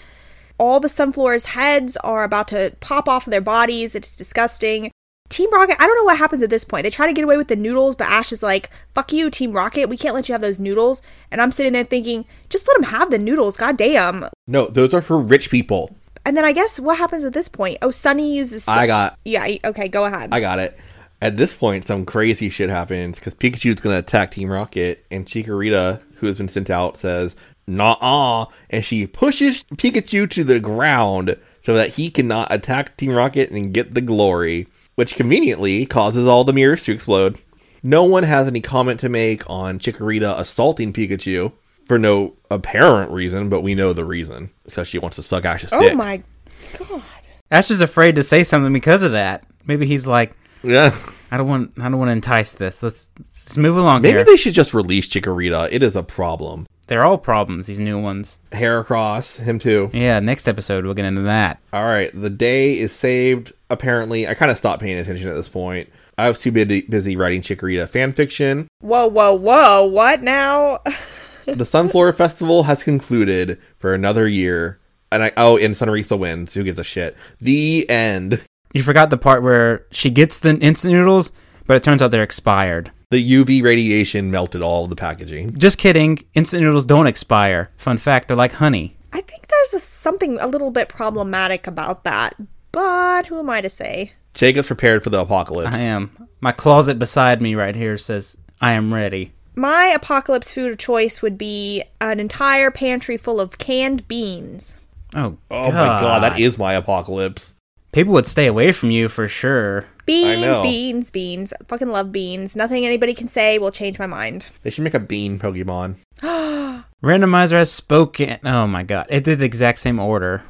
Speaker 3: All the sunflowers' heads are about to pop off of their bodies. It's disgusting. Team Rocket, I don't know what happens at this point. They try to get away with the noodles, but Ash is like, "Fuck you, Team Rocket. We can't let you have those noodles." And I'm sitting there thinking, "Just let them have the noodles. God damn."
Speaker 4: No, those are for rich people.
Speaker 3: And then I guess what happens at this point? Oh, Sunny uses.
Speaker 4: I got
Speaker 3: yeah. I- Okay, go ahead.
Speaker 4: I got it. At this point, some crazy shit happens because Pikachu's going to attack Team Rocket, and Chikorita, who has been sent out, says, Nah, and she pushes Pikachu to the ground so that he cannot attack Team Rocket and get the glory, which conveniently causes all the mirrors to explode. No one has any comment to make on Chikorita assaulting Pikachu for no apparent reason, but we know the reason because she wants to suck Ash's
Speaker 3: oh
Speaker 4: dick.
Speaker 3: my god.
Speaker 2: Ash is afraid to say something because of that. Maybe he's like,
Speaker 4: Yeah.
Speaker 2: I don't want, I don't want to entice this. Let's, let's move along
Speaker 4: Maybe
Speaker 2: here.
Speaker 4: they should just release Chikorita. It is a problem.
Speaker 2: They're all problems. These new ones.
Speaker 4: Heracross, him too.
Speaker 2: Yeah. Next episode, we'll get into that.
Speaker 4: All right, the day is saved. Apparently, I kind of stopped paying attention at this point. I was too busy, busy writing Chikorita fan fiction.
Speaker 3: Whoa, whoa, whoa! What now?
Speaker 4: The Sunflower Festival has concluded for another year. And I oh, and Sunrisa wins. Who gives a shit? The end.
Speaker 2: You forgot the part where she gets the instant noodles, but it turns out they're expired.
Speaker 4: The UV radiation melted all of the packaging.
Speaker 2: Just kidding. Instant noodles don't expire. Fun fact, they're like honey.
Speaker 3: I think there's a, something a little bit problematic about that, but who am I to say?
Speaker 4: Jacob's prepared for the apocalypse.
Speaker 2: I am. My closet beside me right here says, I am ready.
Speaker 3: My apocalypse food of choice would be an entire pantry full of canned beans.
Speaker 2: Oh,
Speaker 4: oh my god, that is my apocalypse.
Speaker 2: People would stay away from you for sure.
Speaker 3: Beans,
Speaker 4: know.
Speaker 3: beans, beans. I fucking love beans. Nothing anybody can say will change my mind.
Speaker 4: They should make a bean Pokemon.
Speaker 2: Randomizer has spoken. Oh my god. It did the exact same order.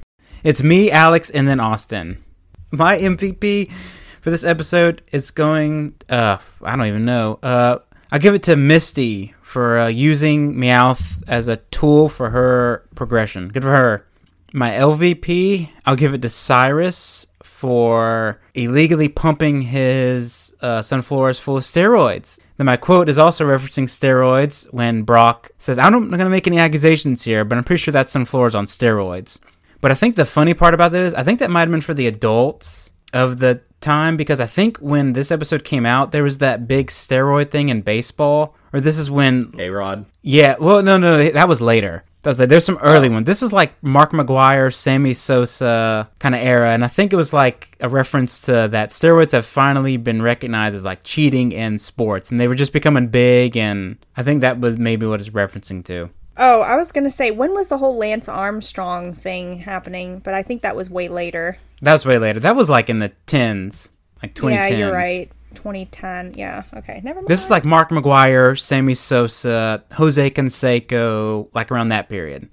Speaker 2: It's me, Alex, and then Austin. My MVP for this episode is going uh I don't even know. Uh I give it to Misty for uh, using Meowth as a tool for her progression. Good for her. My LVP, I'll give it to Cyrus for illegally pumping his uh, sunflowers full of steroids. Then my quote is also referencing steroids when Brock says, I don't- I'm not going to make any accusations here, but I'm pretty sure that sunflower's on steroids. But I think the funny part about that is, I think that might have been for the adults of the time because I think when this episode came out, there was that big steroid thing in baseball. Or this is when
Speaker 4: Hey Rod.
Speaker 2: yeah, well, no, no, no, that was later. That was like, there's some early one. This is like Mark McGuire, Sammy Sosa kind of era, and I think it was like a reference to that steroids have finally been recognized as like cheating in sports, and they were just becoming big, and I think that was maybe what it's referencing to.
Speaker 3: Oh, I was gonna say, when was the whole Lance Armstrong thing happening? But I think that was way later.
Speaker 2: That was way later. That was like in the tens, like 2010s.
Speaker 3: Yeah, you're right. 2010. Yeah. Okay. Never mind.
Speaker 2: This is like Mark McGuire, Sammy Sosa, Jose Canseco, like around that period.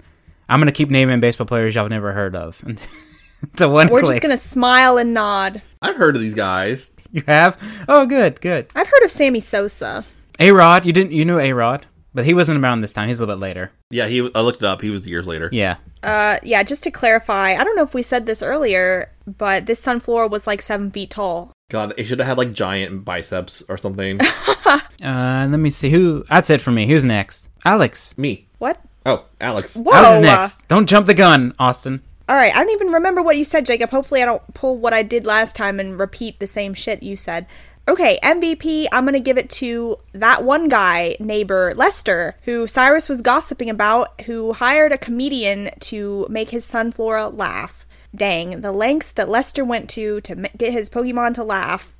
Speaker 2: I'm gonna keep naming baseball players y'all have never heard of. until one
Speaker 3: We're
Speaker 2: clicks.
Speaker 3: just gonna smile and nod.
Speaker 4: I've heard of these guys.
Speaker 2: You have? Oh, good, good.
Speaker 3: I've heard of Sammy Sosa.
Speaker 2: A Rod, you didn't, you knew A Rod, but he wasn't around this time. He's a little bit later.
Speaker 4: Yeah, he I looked it up. He was years later.
Speaker 2: Yeah.
Speaker 3: Uh, yeah. Just to clarify, I don't know if we said this earlier, but this sunflower was like seven feet tall.
Speaker 4: God, he should have had like giant biceps or something.
Speaker 2: Uh, let me see who. That's it for me. Who's next? Alex.
Speaker 4: Me.
Speaker 3: What?
Speaker 4: Oh, Alex.
Speaker 3: Whoa.
Speaker 2: Alex is
Speaker 3: uh,
Speaker 2: next. Don't jump the gun, Austin.
Speaker 3: All right. I don't even remember what you said, Jacob. Hopefully, I don't pull what I did last time and repeat the same shit you said. Okay, MVP, I'm going to give it to that one guy, neighbor Lester, who Cyrus was gossiping about, who hired a comedian to make his son Flora laugh. Dang, the lengths that Lester went to to m- get his Pokemon to laugh.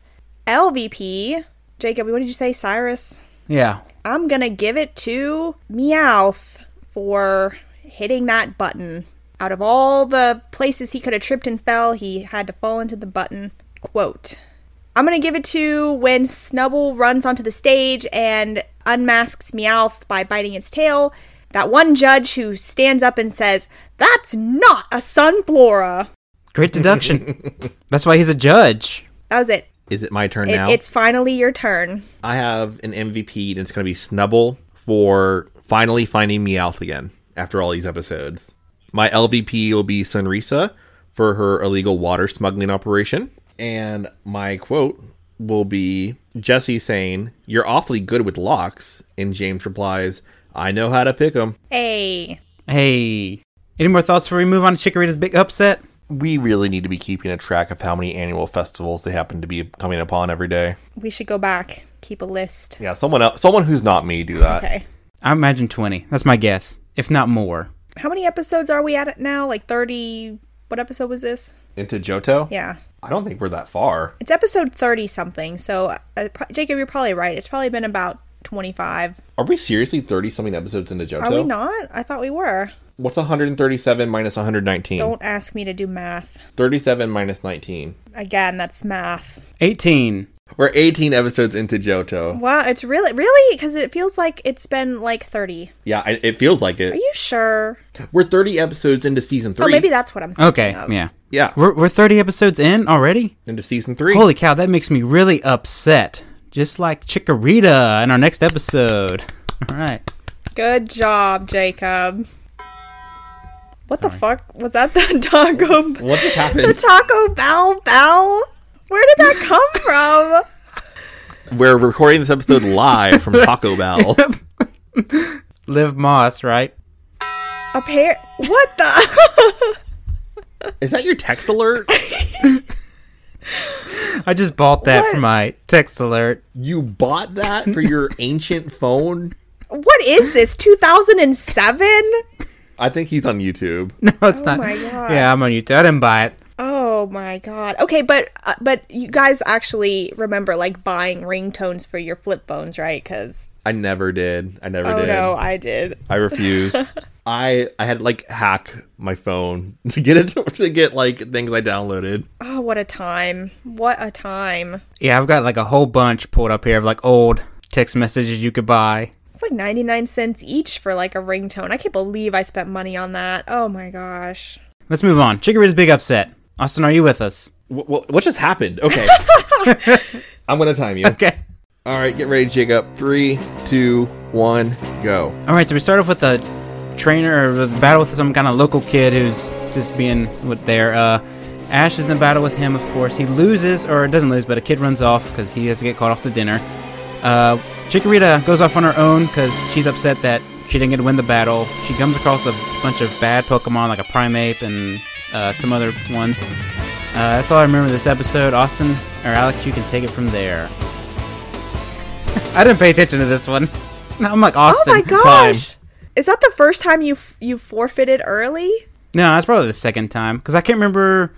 Speaker 3: LVP, Jacob, what did you say, Cyrus?
Speaker 2: Yeah.
Speaker 3: I'm gonna give it to Meowth for hitting that button. Out of all the places he could have tripped and fell, he had to fall into the button. Quote. I'm gonna give it to when Snubble runs onto the stage and unmasks Meowth by biting its tail. That one judge who stands up and says, That's not a sunflora.
Speaker 2: Great deduction. That's why he's a judge.
Speaker 3: That was it.
Speaker 4: Is it my turn
Speaker 3: it
Speaker 4: now?
Speaker 3: it's finally your turn.
Speaker 4: I have an MVP, and it's going to be Snubble for finally finding Meowth again after all these episodes. My LVP will be Sunrisa for her illegal water smuggling operation. And my quote will be Jesse saying, You're awfully good with locks. And James replies, I know how to pick 'em."
Speaker 3: Hey.
Speaker 2: Hey. Any more thoughts before we move on to Chikorita's big upset?
Speaker 4: We really need to be keeping a track of how many annual festivals they happen to be coming upon every day.
Speaker 3: We should go back, keep a list.
Speaker 4: Yeah, someone else, someone who's not me, do that.
Speaker 3: Okay.
Speaker 2: I imagine 20. That's my guess, if not more.
Speaker 3: how many episodes are we at now? Like 30. What episode was this?
Speaker 4: Into Johto?
Speaker 3: Yeah.
Speaker 4: I don't think we're that far.
Speaker 3: It's episode 30 something. So, uh, pro- Jacob, you're probably right. It's probably been about 25.
Speaker 4: Are we seriously 30 something episodes into JoJo?
Speaker 3: Are we not? I thought we were.
Speaker 4: What's 137 minus 119?
Speaker 3: Don't ask me to do math.
Speaker 4: 37 minus 19.
Speaker 3: Again, that's math.
Speaker 2: 18.
Speaker 4: We're 18 episodes into JoJo.
Speaker 3: Wow, it's really, really? Because it feels like it's been like 30.
Speaker 4: Yeah, I, it feels like
Speaker 3: Are
Speaker 4: it.
Speaker 3: you sure?
Speaker 4: We're 30 episodes into season
Speaker 3: Oh,
Speaker 4: three.
Speaker 3: maybe that's what I'm thinking
Speaker 2: Okay,
Speaker 3: of.
Speaker 2: yeah.
Speaker 4: Yeah,
Speaker 2: We're, we're 30 episodes in already?
Speaker 4: into season three.
Speaker 2: Holy cow, that makes me really upset. Just like Chikorita in our next episode. All right.
Speaker 3: Good job, Jacob. What the fuck? Was that the taco?
Speaker 4: What just
Speaker 3: The
Speaker 4: happened?
Speaker 3: Taco Bell bell? Where did that come from?
Speaker 4: We're recording this episode live from Taco Bell.
Speaker 2: Liv Moss, right?
Speaker 3: A pair. What the?
Speaker 4: Is that your text alert?
Speaker 2: I just bought that for
Speaker 3: What?
Speaker 2: my text alert.
Speaker 4: You bought that for your ancient phone?
Speaker 3: what is this? 2007?
Speaker 4: I think he's on YouTube.
Speaker 2: No, it's not.
Speaker 3: my God.
Speaker 2: Yeah, I'm on YouTube. I didn't buy it.
Speaker 3: Oh my god. Okay, but uh, but you guys actually remember like buying ringtones for your flip phones, right? Cuz
Speaker 4: I never did. I never
Speaker 3: oh
Speaker 4: did.
Speaker 3: no, I did.
Speaker 4: I refused. I I had to, like hack my phone to get it to, get like things I downloaded.
Speaker 3: Oh, what a time. What a time.
Speaker 2: Yeah, I've got like a whole bunch pulled up here of like old text messages you could buy.
Speaker 3: It's like 99 cents each for like a ringtone. I can't believe I spent money on that. Oh my gosh.
Speaker 2: Let's move on. Chikorita's big upset. Austin, are you with us?
Speaker 4: What, what, what just happened? Okay. I'm gonna time you.
Speaker 2: Okay.
Speaker 4: All right, get ready, jig up. Three, two, one, go.
Speaker 2: All right, so we start off with a trainer or a battle with some kind of local kid who's just being with there. Uh, Ash is in a battle with him, of course. He loses, or doesn't lose, but a kid runs off because he has to get caught off to dinner. Uh, Chikorita goes off on her own because she's upset that she didn't get to win the battle. She comes across a bunch of bad Pokemon like a Primeape and uh, some other ones. Uh, that's all I remember this episode. Austin or Alex, you can take it from there. I didn't pay attention to this one. I'm like
Speaker 3: Oh
Speaker 2: Austin.
Speaker 3: my
Speaker 2: time.
Speaker 3: gosh. Is that the first time you f- you forfeited early?
Speaker 2: No, that's probably the second time because I can't remember.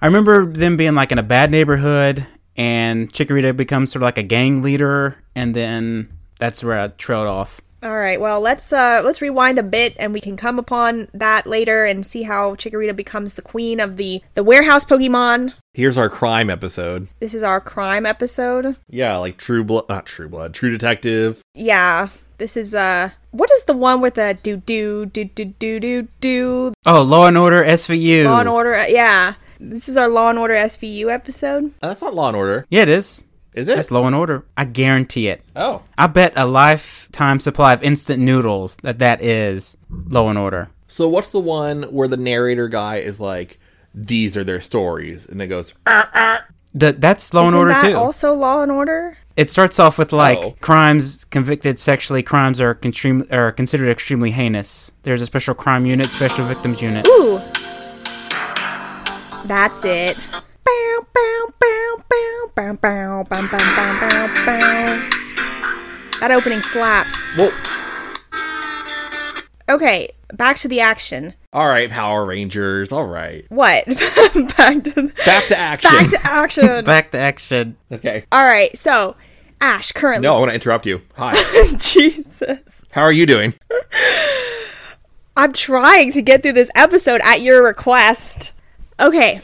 Speaker 2: I remember them being like in a bad neighborhood, and Chikorita becomes sort of like a gang leader, and then that's where I trailed off.
Speaker 3: All right. Well, let's uh let's rewind a bit and we can come upon that later and see how Chikorita becomes the queen of the the warehouse Pokemon.
Speaker 4: Here's our crime episode.
Speaker 3: This is our crime episode.
Speaker 4: Yeah, like True Blood, not True Blood, True Detective.
Speaker 3: Yeah. This is uh what is the one with the do do do do do do do
Speaker 2: Oh, Law and Order SVU.
Speaker 3: Law and Order? uh, Yeah. This is our Law and Order SVU episode.
Speaker 4: Uh, that's not Law and Order,
Speaker 2: Yeah, it is.
Speaker 4: is it?
Speaker 2: That's Law and Order. I guarantee it.
Speaker 4: oh,
Speaker 2: I bet a lifetime supply of instant noodles that that is Law and Order.
Speaker 4: so what's the one where the narrator guy is like, "These are their stories," and it goes, "Ah."
Speaker 2: Th- that's Law and
Speaker 3: Isn't
Speaker 2: Order
Speaker 3: that
Speaker 2: too.
Speaker 3: also Law and Order?
Speaker 2: it starts off with like
Speaker 4: Oh.
Speaker 2: crimes convicted sexually crimes are, extreme, are considered extremely heinous there's a special crime unit special victims unit
Speaker 3: Ooh. That's it. Bow, bow, bow, bow, bow, bow, bow, bow, bow, bow, bow. That opening slaps.
Speaker 4: "Well,
Speaker 3: Okay, back to the action.
Speaker 4: all right, Power Rangers, all right,
Speaker 3: What? back to
Speaker 4: back to action."
Speaker 3: back to action.
Speaker 2: back to action
Speaker 4: okay.
Speaker 3: All right, so Ash currently.
Speaker 4: No, I want to interrupt you. Hi,
Speaker 3: Jesus.
Speaker 4: how are you doing?
Speaker 3: I'm trying to get through this episode at your request. Okay.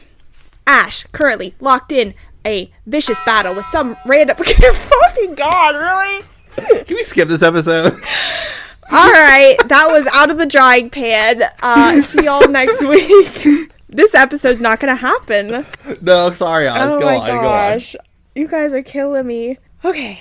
Speaker 3: Ash currently locked in a vicious battle with some random. fucking god, really?
Speaker 4: Can we skip this episode?
Speaker 3: All right, that was out of the drying pan. Uh, see y'all next week. This episode's not gonna happen.
Speaker 4: no, sorry, Oz.
Speaker 3: oh
Speaker 4: go
Speaker 3: my
Speaker 4: on,
Speaker 3: gosh, you guys are killing me. Okay,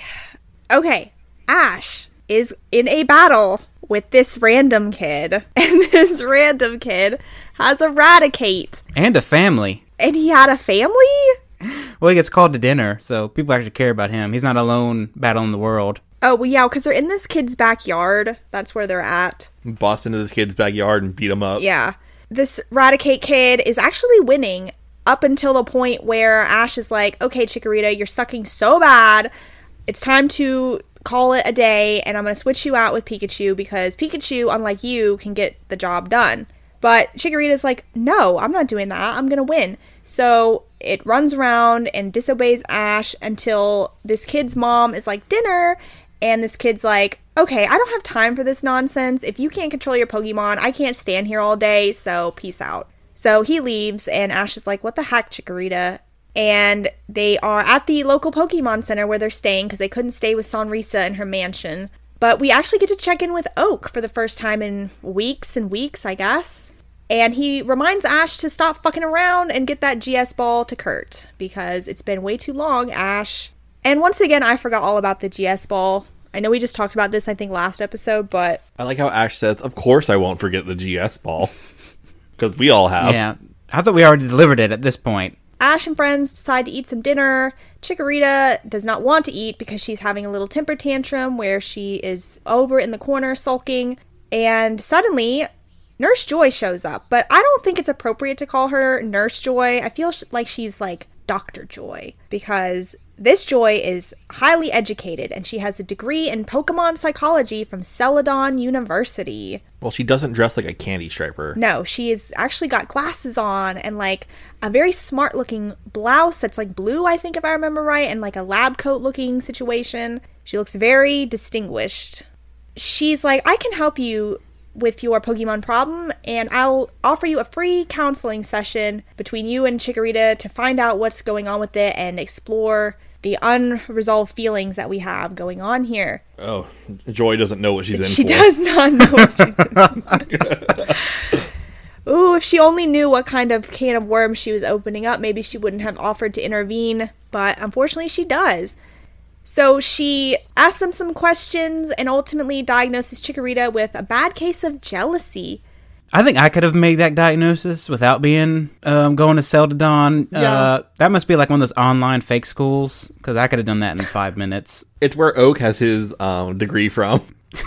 Speaker 3: okay. Ash is in a battle with this random kid, and this random kid has Eradicate,
Speaker 2: and a family
Speaker 3: and he had a family.
Speaker 2: well he gets called to dinner so people actually care about him he's not alone battling the world
Speaker 3: Oh well, yeah, because they're in this kid's backyard. That's where they're at.
Speaker 4: go on. Bust into this kid's backyard and beat him up.
Speaker 3: Yeah. This Radicate kid is actually winning up until the point where Ash is like, okay, Chikorita, you're sucking so bad. It's time to call it a day, and I'm going to switch you out with Pikachu because Pikachu, unlike you, can get the job done. But Chikorita's like, no, I'm not doing that. I'm going to win. So it runs around and disobeys Ash until this kid's mom is like, dinner. And this kid's like, okay, I don't have time for this nonsense. If you can't control your Pokemon, I can't stand here all day, so peace out. So he leaves, and Ash is like, what the heck, Chikorita? And they are at the local Pokemon Center where they're staying because they couldn't stay with Sonrisa in her mansion. But we actually get to check in with Oak for the first time in weeks and weeks, I guess. And he reminds Ash to stop fucking around and get that GS ball to Kurt because it's been way too long, Ash. And once again, I forgot all about the GS ball. I know we just talked about this, I think, last episode, but
Speaker 4: I like how Ash says, "Of course, I won't forget the GS ball," because we all have.
Speaker 2: yeah i thought we already delivered it at this point
Speaker 3: Ash and friends decide to eat some dinner. Chikorita does not want to eat because she's having a little temper tantrum where she is over in the corner sulking. And suddenly, Nurse Joy shows up, but I don't think it's appropriate to call her Nurse Joy. I feel sh- like she's like Dr. Joy because this Joy is highly educated and she has a degree in Pokemon psychology from Celadon University.
Speaker 4: Well, she doesn't dress like a candy striper.
Speaker 3: No, she is actually got glasses on and like a very smart looking blouse that's like blue, I think, if I remember right, and like a lab coat looking situation. She looks very distinguished. She's like, I can help you with your Pokemon problem, and I'll offer you a free counseling session between you and Chikorita to find out what's going on with it and explore the unresolved feelings that we have going on here.
Speaker 4: Oh, Joy doesn't know what she's in
Speaker 3: She
Speaker 4: for.
Speaker 3: does not know what she's doing. Ooh, if she only knew what kind of can of worms she was opening up, maybe she wouldn't have offered to intervene, but unfortunately she does. So she asks them some questions and ultimately diagnoses Chikorita with a bad case of jealousy.
Speaker 2: I think I could have made that diagnosis without being um, going to Celadon. Uh, that must be like one of those online fake schools because I could have done that in five minutes.
Speaker 4: It's where Oak has his um, degree from.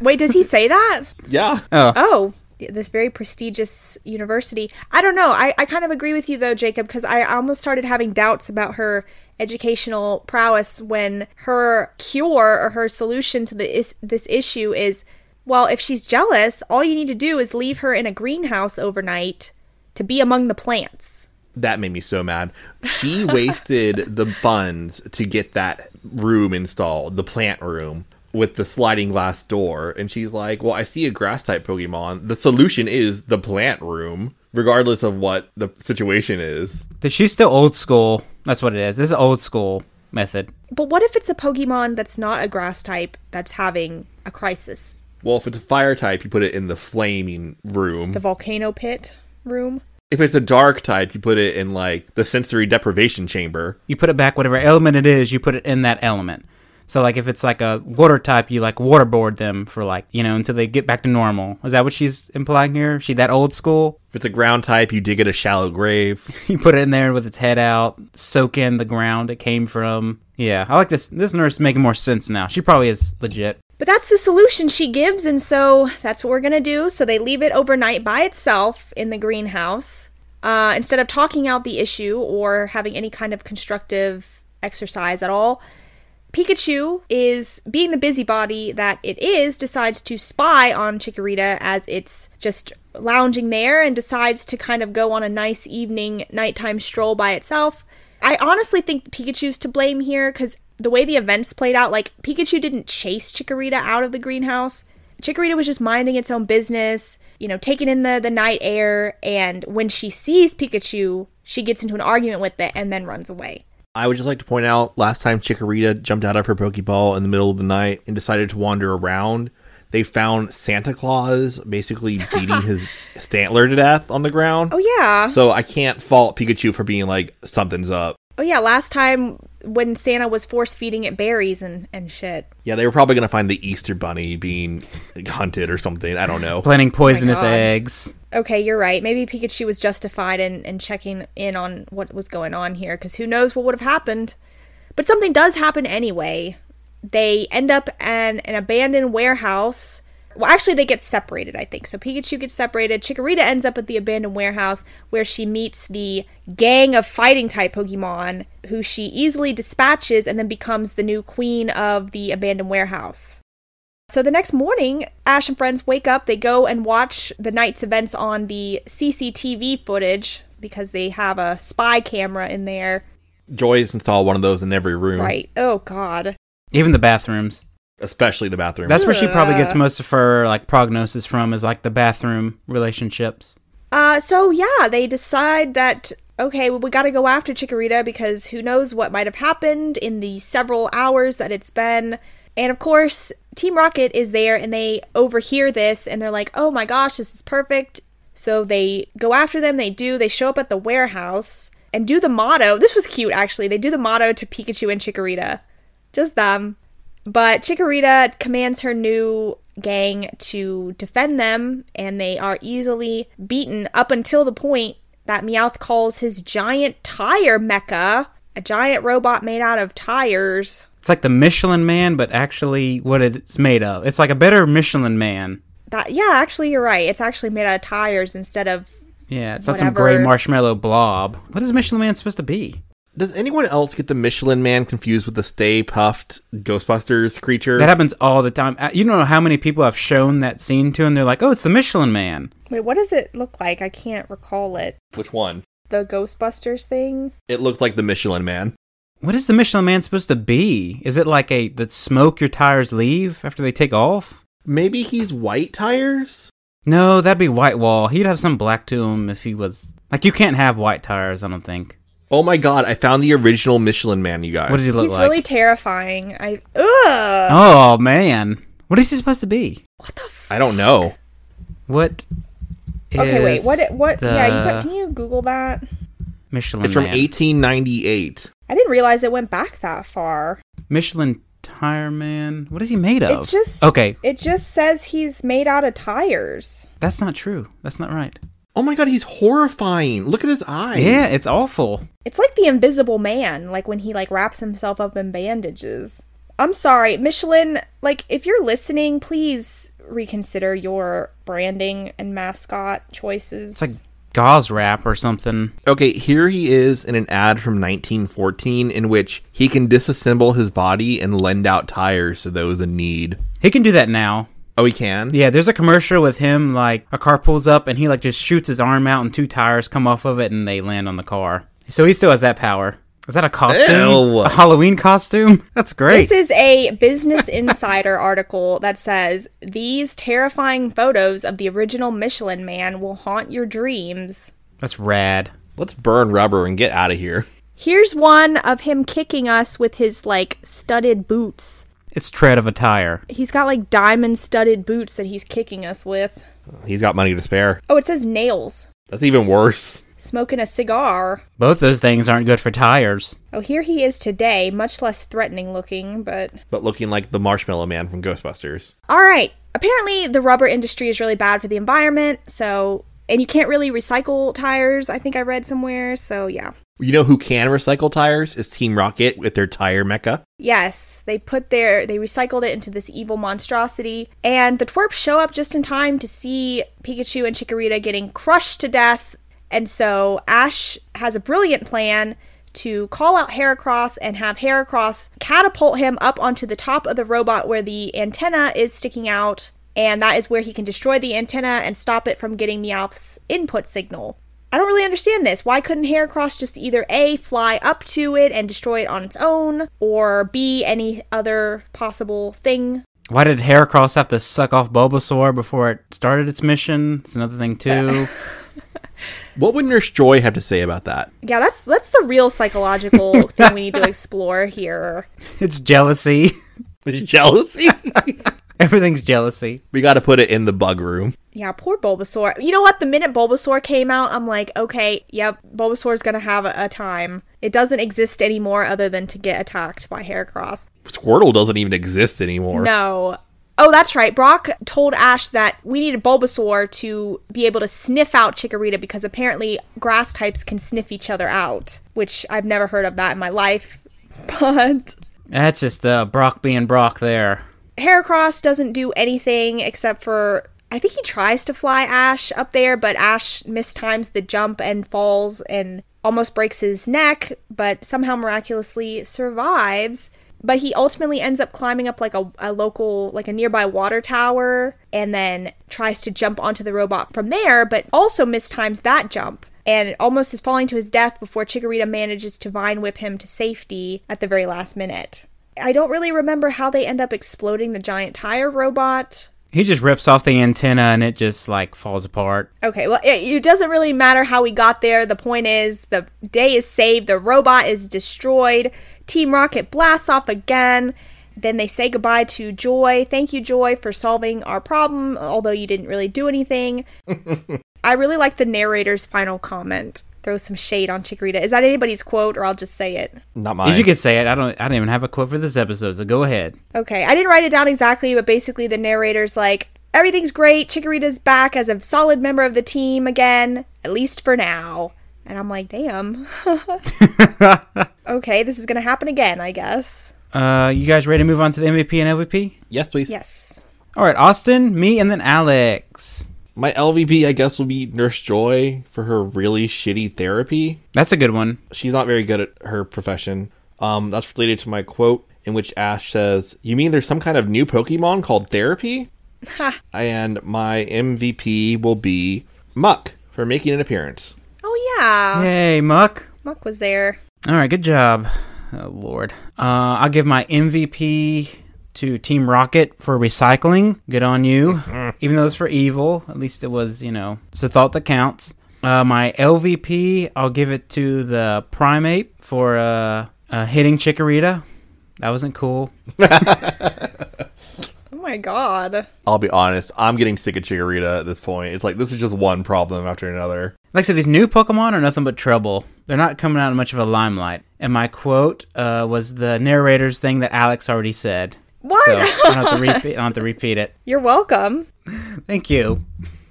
Speaker 3: Wait, does he say that?
Speaker 4: Yeah.
Speaker 3: Oh, this very prestigious university. I don't know. I, I kind of agree with you, though, Jacob, because I almost started having doubts about her educational prowess when her cure or her solution to the is- this issue is well, if she's jealous, all you need to do is leave her in a greenhouse overnight to be among the plants.
Speaker 4: That made me so mad. She wasted the buns to get that room installed, the plant room with the sliding glass door. And she's like, Well, I see a grass type Pokemon. The solution is the plant room, regardless of what the situation is.
Speaker 2: Did she still old school? That's what it is. This is old school method.
Speaker 3: But what if it's a Pokemon that's not a grass type that's having a crisis?
Speaker 4: Well, if it's a fire type, you put it in the flaming room.
Speaker 3: The volcano pit room?
Speaker 4: if it's a dark type, you put it in like the sensory deprivation chamber.
Speaker 2: You put it back whatever element it is. You put it in that element. So like if it's like a water type, you like waterboard them for like you know until they get back to normal. Is that what she's implying here? She that old school?
Speaker 4: If it's a ground type, you dig it a shallow grave.
Speaker 2: You put it in there with its head out, soak in the ground it came from. Yeah, I like this. This nurse is making more sense now. She probably is legit.
Speaker 3: But that's the solution she gives, and so that's what we're gonna do. So they leave it overnight by itself in the greenhouse uh, instead of talking out the issue or having any kind of constructive exercise at all. Pikachu is being the busybody that it is, decides to spy on Chikorita as it's just lounging there and decides to kind of go on a nice evening nighttime stroll by itself. I honestly think Pikachu's to blame here because the way the events played out, like Pikachu didn't chase Chikorita out of the greenhouse. Chikorita was just minding its own business, you know, taking in the, the night air, and when she sees Pikachu, she gets into an argument with it and then runs away.
Speaker 4: I would just like to point out last time Chikorita jumped out of her Pokeball in the middle of the night and decided to wander around, they found Santa Claus basically beating his Stantler to death on the ground.
Speaker 3: Oh, yeah.
Speaker 4: So I can't fault Pikachu for being like, something's up.
Speaker 3: Oh yeah, last time when Santa was force feeding it berries and and shit.
Speaker 4: Yeah, they were probably going to find the Easter Bunny being hunted or something. I don't know.
Speaker 2: Planting poisonous
Speaker 3: God.
Speaker 2: eggs.
Speaker 3: Okay, you're right. Maybe Pikachu was justified in, in checking in on what was going on here, because who knows what would have happened. But something does happen anyway. They end up in an abandoned warehouse. Well, actually, they get separated, I think. So Pikachu gets separated. Chikorita ends up at the abandoned warehouse where she meets the gang of fighting type Pokemon who she easily dispatches and then becomes the new queen of the abandoned warehouse. So the next morning, Ash and friends wake up. They go and watch the night's events on the CCTV footage because they have a spy camera in there.
Speaker 4: Joy's installed one of those in every room,
Speaker 3: Right. Oh, God.
Speaker 2: Even the bathrooms.
Speaker 4: especially the bathroom.
Speaker 2: That's where she probably gets most of her like prognosis from is like the bathroom relationships.
Speaker 3: Uh, so, yeah, they decide that, okay, well, we got to go after Chikorita because who knows what might have happened in the several hours that it's been. And of course, Team Rocket is there and they overhear this and they're like, oh my gosh, this is perfect. So they go after them, they do, they show up at the warehouse and do the motto. This was cute actually. They do the motto to Pikachu and Chikorita. Just them. But Chikorita commands her new gang to defend them and they are easily beaten up until the point that Meowth calls his giant tire mecha, a giant robot made out of tires.
Speaker 2: It's like the Michelin Man, but actually what it's made of. It's like a better Michelin Man.
Speaker 3: That yeah, actually you're right. It's actually made out of tires instead of
Speaker 2: Yeah, it's not some gray
Speaker 3: Whatever.
Speaker 2: marshmallow blob. What is Michelin Man supposed to be?
Speaker 4: Does anyone else get the Michelin Man confused with the Stay Puffed Ghostbusters creature?
Speaker 2: That happens all the time. Uh, You don't know how many people I've shown that scene to, and they're like, "Oh, it's the Michelin Man."
Speaker 3: wait, what does it look like? I can't recall it.
Speaker 4: Which one?
Speaker 3: The Ghostbusters thing.
Speaker 4: It looks like the Michelin Man.
Speaker 2: What is the Michelin Man supposed to be? Is it like a the smoke your tires leave after they take off?
Speaker 4: Maybe he's white tires?
Speaker 2: No, that'd be white wall. He'd have some black to him if he was like you can't have white tires. I don't think.
Speaker 4: Oh my god, I found the original Michelin Man, you guys.
Speaker 2: What does he look
Speaker 3: He's
Speaker 2: like?
Speaker 3: really terrifying. I ugh.
Speaker 2: oh man, what is he supposed to be?
Speaker 4: I don't know.
Speaker 2: What?
Speaker 3: Okay, wait.
Speaker 2: is
Speaker 3: What? it- What? Yeah, you
Speaker 2: the
Speaker 3: got, can you Google that?
Speaker 2: Michelin
Speaker 4: It's from
Speaker 2: Man.
Speaker 4: 1898.
Speaker 3: I didn't realize it went back that far.
Speaker 2: Michelin Tire Man. What is he made of?
Speaker 3: It just
Speaker 2: okay.
Speaker 3: It just says he's made out of tires.
Speaker 2: That's not true. That's not right.
Speaker 4: Oh my god, he's horrifying. Look at his eyes.
Speaker 2: Yeah, it's awful.
Speaker 3: It's like the Invisible Man, like when he like wraps himself up in bandages. I'm sorry, Michelin. Like, if you're listening, please reconsider your branding and mascot choices.
Speaker 2: It's like gauze wrap or something.
Speaker 4: Okay, here he is in an ad from 1914 in which he can disassemble his body and lend out tires to those in need.
Speaker 2: He can do that now.
Speaker 4: Oh, he can?
Speaker 2: Yeah, there's a commercial with him like a car pulls up and he like just shoots his arm out and two tires come off of it and they land on the car. So he still has that power. Is that a costume?
Speaker 4: Ew.
Speaker 2: A Halloween costume? That's great.
Speaker 3: This is a Business Insider article that says these terrifying photos of the original Michelin Man will haunt your dreams.
Speaker 2: That's rad.
Speaker 4: Let's burn rubber and get out of here.
Speaker 3: Here's one of him kicking us with his like studded boots.
Speaker 2: It's tread of a tire.
Speaker 3: He's got like diamond studded boots that he's kicking us with.
Speaker 4: He's got money to spare.
Speaker 3: Oh, it says nails.
Speaker 4: That's even worse.
Speaker 3: Smoking a cigar.
Speaker 2: Both those things aren't good for tires.
Speaker 3: Oh, here he is today, much less threatening looking, but.
Speaker 4: But looking like the Marshmallow Man from Ghostbusters.
Speaker 3: Alright, apparently the rubber industry is really bad for the environment, so. And you can't really recycle tires, I think I read somewhere, so yeah.
Speaker 4: You know who can recycle tires? Is Team Rocket with their tire mecha.
Speaker 3: Yes, they put their they recycled it into this evil monstrosity, and the twerps show up just in time to see Pikachu and Chikorita getting crushed to death. And so Ash has a brilliant plan to call out Heracross and have Heracross catapult him up onto the top of the robot where the antenna is sticking out, and that is where he can destroy the antenna and stop it from getting Meowth's input signal. I don't really understand this. Why couldn't Heracross just either A, fly up to it and destroy it on its own, or B, any other possible thing?
Speaker 2: Why did Heracross have to suck off Bulbasaur before it started its mission? It's another thing too.
Speaker 4: What would Nurse Joy have to say about that?
Speaker 3: Yeah, that's that's the real psychological thing we need to explore here.
Speaker 2: it's jealousy.
Speaker 4: Jealousy?
Speaker 2: Everything's jealousy.
Speaker 4: we got to put it in the bug room.
Speaker 3: Yeah, poor Bulbasaur. You know what? The minute Bulbasaur came out, I'm like, okay, yep, Bulbasaur's gonna have a, a time. It doesn't exist anymore other than to get attacked by Heracross.
Speaker 4: Squirtle doesn't even exist anymore.
Speaker 3: No. Oh, that's right. Brock told Ash that we need a Bulbasaur to be able to sniff out Chikorita because apparently grass types can sniff each other out, which I've never heard of that in my life. But
Speaker 2: That's just uh, Brock being Brock there.
Speaker 3: Heracross doesn't do anything except for I think he tries to fly Ash up there, but Ash mistimes the jump and falls and almost breaks his neck, but somehow miraculously survives. But he ultimately ends up climbing up like a, a local, like a nearby water tower, and then tries to jump onto the robot from there, but also mistimes that jump and almost is falling to his death before Chikorita manages to vine whip him to safety at the very last minute. I don't really remember how they end up exploding the giant tire robot.
Speaker 2: He just rips off the antenna and it just like falls apart.
Speaker 3: Okay, well, it, it doesn't really matter how we got there. The point is, the day is saved, the robot is destroyed. Team Rocket blasts off again. Then they say goodbye to Joy. Thank you, Joy, for solving our problem, although you didn't really do anything. I really like the narrator's final comment. Throw some shade on Chikorita. Is that anybody's quote, or I'll just say it?
Speaker 4: Not mine.
Speaker 2: You could say it. I don't. I don't even have a quote for this episode. So go ahead.
Speaker 3: Okay, I didn't write it down exactly, but basically the narrator's like, everything's great. Chikorita's back as a solid member of the team again. at least for now. And I'm like, damn. okay, this is going to happen again, I guess.
Speaker 2: Uh, you guys ready to move on to the MVP and LVP?
Speaker 4: Yes, please.
Speaker 3: Yes.
Speaker 2: All right, Austin, me, and then Alex.
Speaker 4: My LVP, I guess, will be Nurse Joy for her really shitty therapy.
Speaker 2: That's a good one.
Speaker 4: She's not very good at her profession. Um, that's related to my quote in which Ash says, "You mean there's some kind of new Pokemon called therapy?" and my MVP will be Muck for making an appearance.
Speaker 3: Oh, yeah.
Speaker 2: Hey, Muck.
Speaker 3: Muck was there.
Speaker 2: All right, good job. Oh, Lord. Uh, I'll give my MVP to Team Rocket for recycling. Good on you. Even though it's for evil, at least it was, you know, it's a thought that counts. Uh, my LVP, I'll give it to the Primate for uh, uh, hitting Chikorita. That wasn't cool.
Speaker 3: Oh, my God.
Speaker 4: I'll be honest, I'm getting sick of Chikorita at this point. It's like this is just one problem after another.
Speaker 2: Like I said, these new Pokemon are nothing but trouble. They're not coming out in much of a limelight. And my quote uh, was the narrator's thing that Alex already said.
Speaker 3: What?
Speaker 2: So I don't, have to repeat, I don't have to repeat it.
Speaker 3: You're welcome.
Speaker 2: Thank you.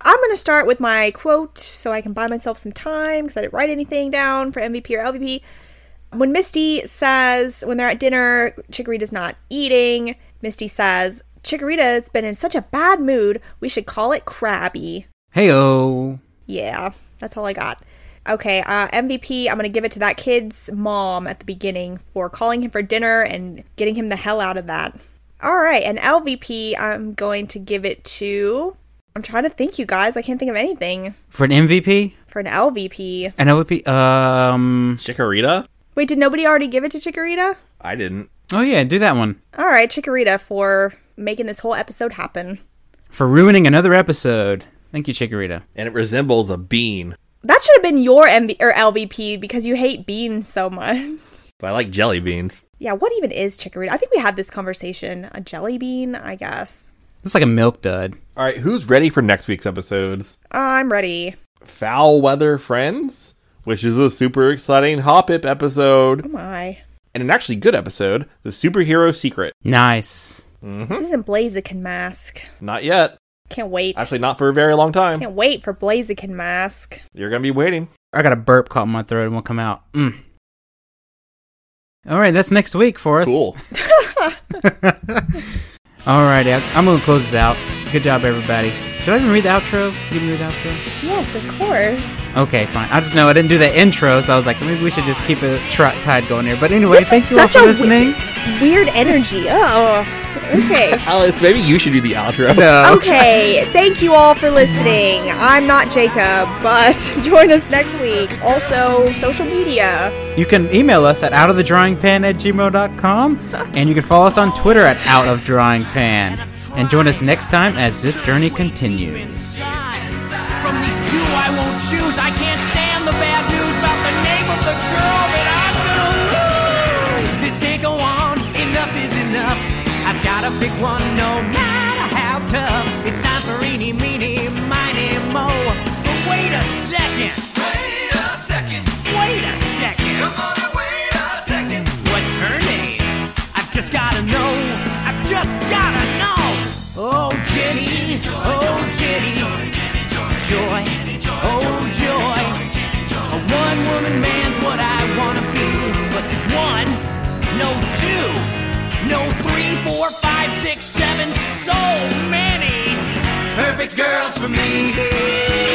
Speaker 3: I'm going to start with my quote so I can buy myself some time because I didn't write anything down for MVP or LVP. When Misty says, when they're at dinner, Chikorita's not eating, Misty says, Chikorita's been in such a bad mood, we should call it crabby.
Speaker 2: Hey oh.
Speaker 3: Yeah, that's all I got. Okay, uh, MVP, I'm going to give it to that kid's mom at the beginning for calling him for dinner and getting him the hell out of that. All right, and LVP, I'm going to give it to. I'm trying to think, you guys. I can't think of anything
Speaker 2: For an MVP?
Speaker 3: for an LVP.
Speaker 2: An LVP? Um.
Speaker 4: Chikorita?
Speaker 3: Wait, did nobody already give it to Chikorita?
Speaker 4: I didn't.
Speaker 2: Oh, yeah, do that one.
Speaker 3: All right, Chikorita for making this whole episode happen.
Speaker 2: For ruining another episode. Thank you, Chikorita.
Speaker 4: And it resembles a bean,
Speaker 3: That should have been your MV- or LVP because you hate beans so much.
Speaker 4: but I like jelly beans.
Speaker 3: Yeah, what even is chikorita? I think we had this conversation. A jelly bean, I guess.
Speaker 2: It's like a milk dud.
Speaker 4: All right, who's ready for next week's episodes?
Speaker 3: I'm ready.
Speaker 4: Foul Weather Friends, which is a super exciting Hop Hip episode,
Speaker 3: Oh my.
Speaker 4: and an actually good episode, The Superhero Secret.
Speaker 2: Nice.
Speaker 3: This isn't Blaziken Mask.
Speaker 4: Not yet.
Speaker 3: Can't wait.
Speaker 4: Actually, not for a very long time.
Speaker 3: Can't wait for Blaziken Mask.
Speaker 4: You're going to be waiting.
Speaker 2: I got a burp caught in my throat and won't come out. Mm. All right, that's next week for us.
Speaker 4: Cool.
Speaker 2: All right, Al- I'm going to close this out. Good job, everybody. Should I even read the outro? You can read the outro?
Speaker 3: Yes, of course.
Speaker 2: Okay, fine. I just know I didn't do the intro, so I was like, maybe we should just keep a tri- tide going here. But anyway,
Speaker 3: This is
Speaker 2: thank you all
Speaker 3: such
Speaker 2: for
Speaker 3: a
Speaker 2: listening.
Speaker 3: Weird energy. Oh. Okay.
Speaker 4: Alice, maybe you should do the outro.
Speaker 2: No.
Speaker 3: Okay, thank you all for listening. I'm not Jacob, but join us next week. Also, social media.
Speaker 2: You can email us at outofthedrawingpan at gmail.com, and you can follow us on Twitter at outofdrawingpan. And join us next time as this journey continues.
Speaker 1: From these two I won't choose. I can't stand the bad news about the name of the girl that I'm gonna lose. This can't go on. Enough is enough. I've gotta pick one no matter how tough. It's time for eeny, meeny, miny, mo. But wait a second. Wait a second. Wait a second. Come on and wait a second. What's her name? I've just gotta know. I've just gotta know. Oh, Jenny. Oh, Jenny joy. Oh, joy. A one woman man's what I want to be. But there's one, no two, no three, four, five, six, seven, so many perfect girls for me.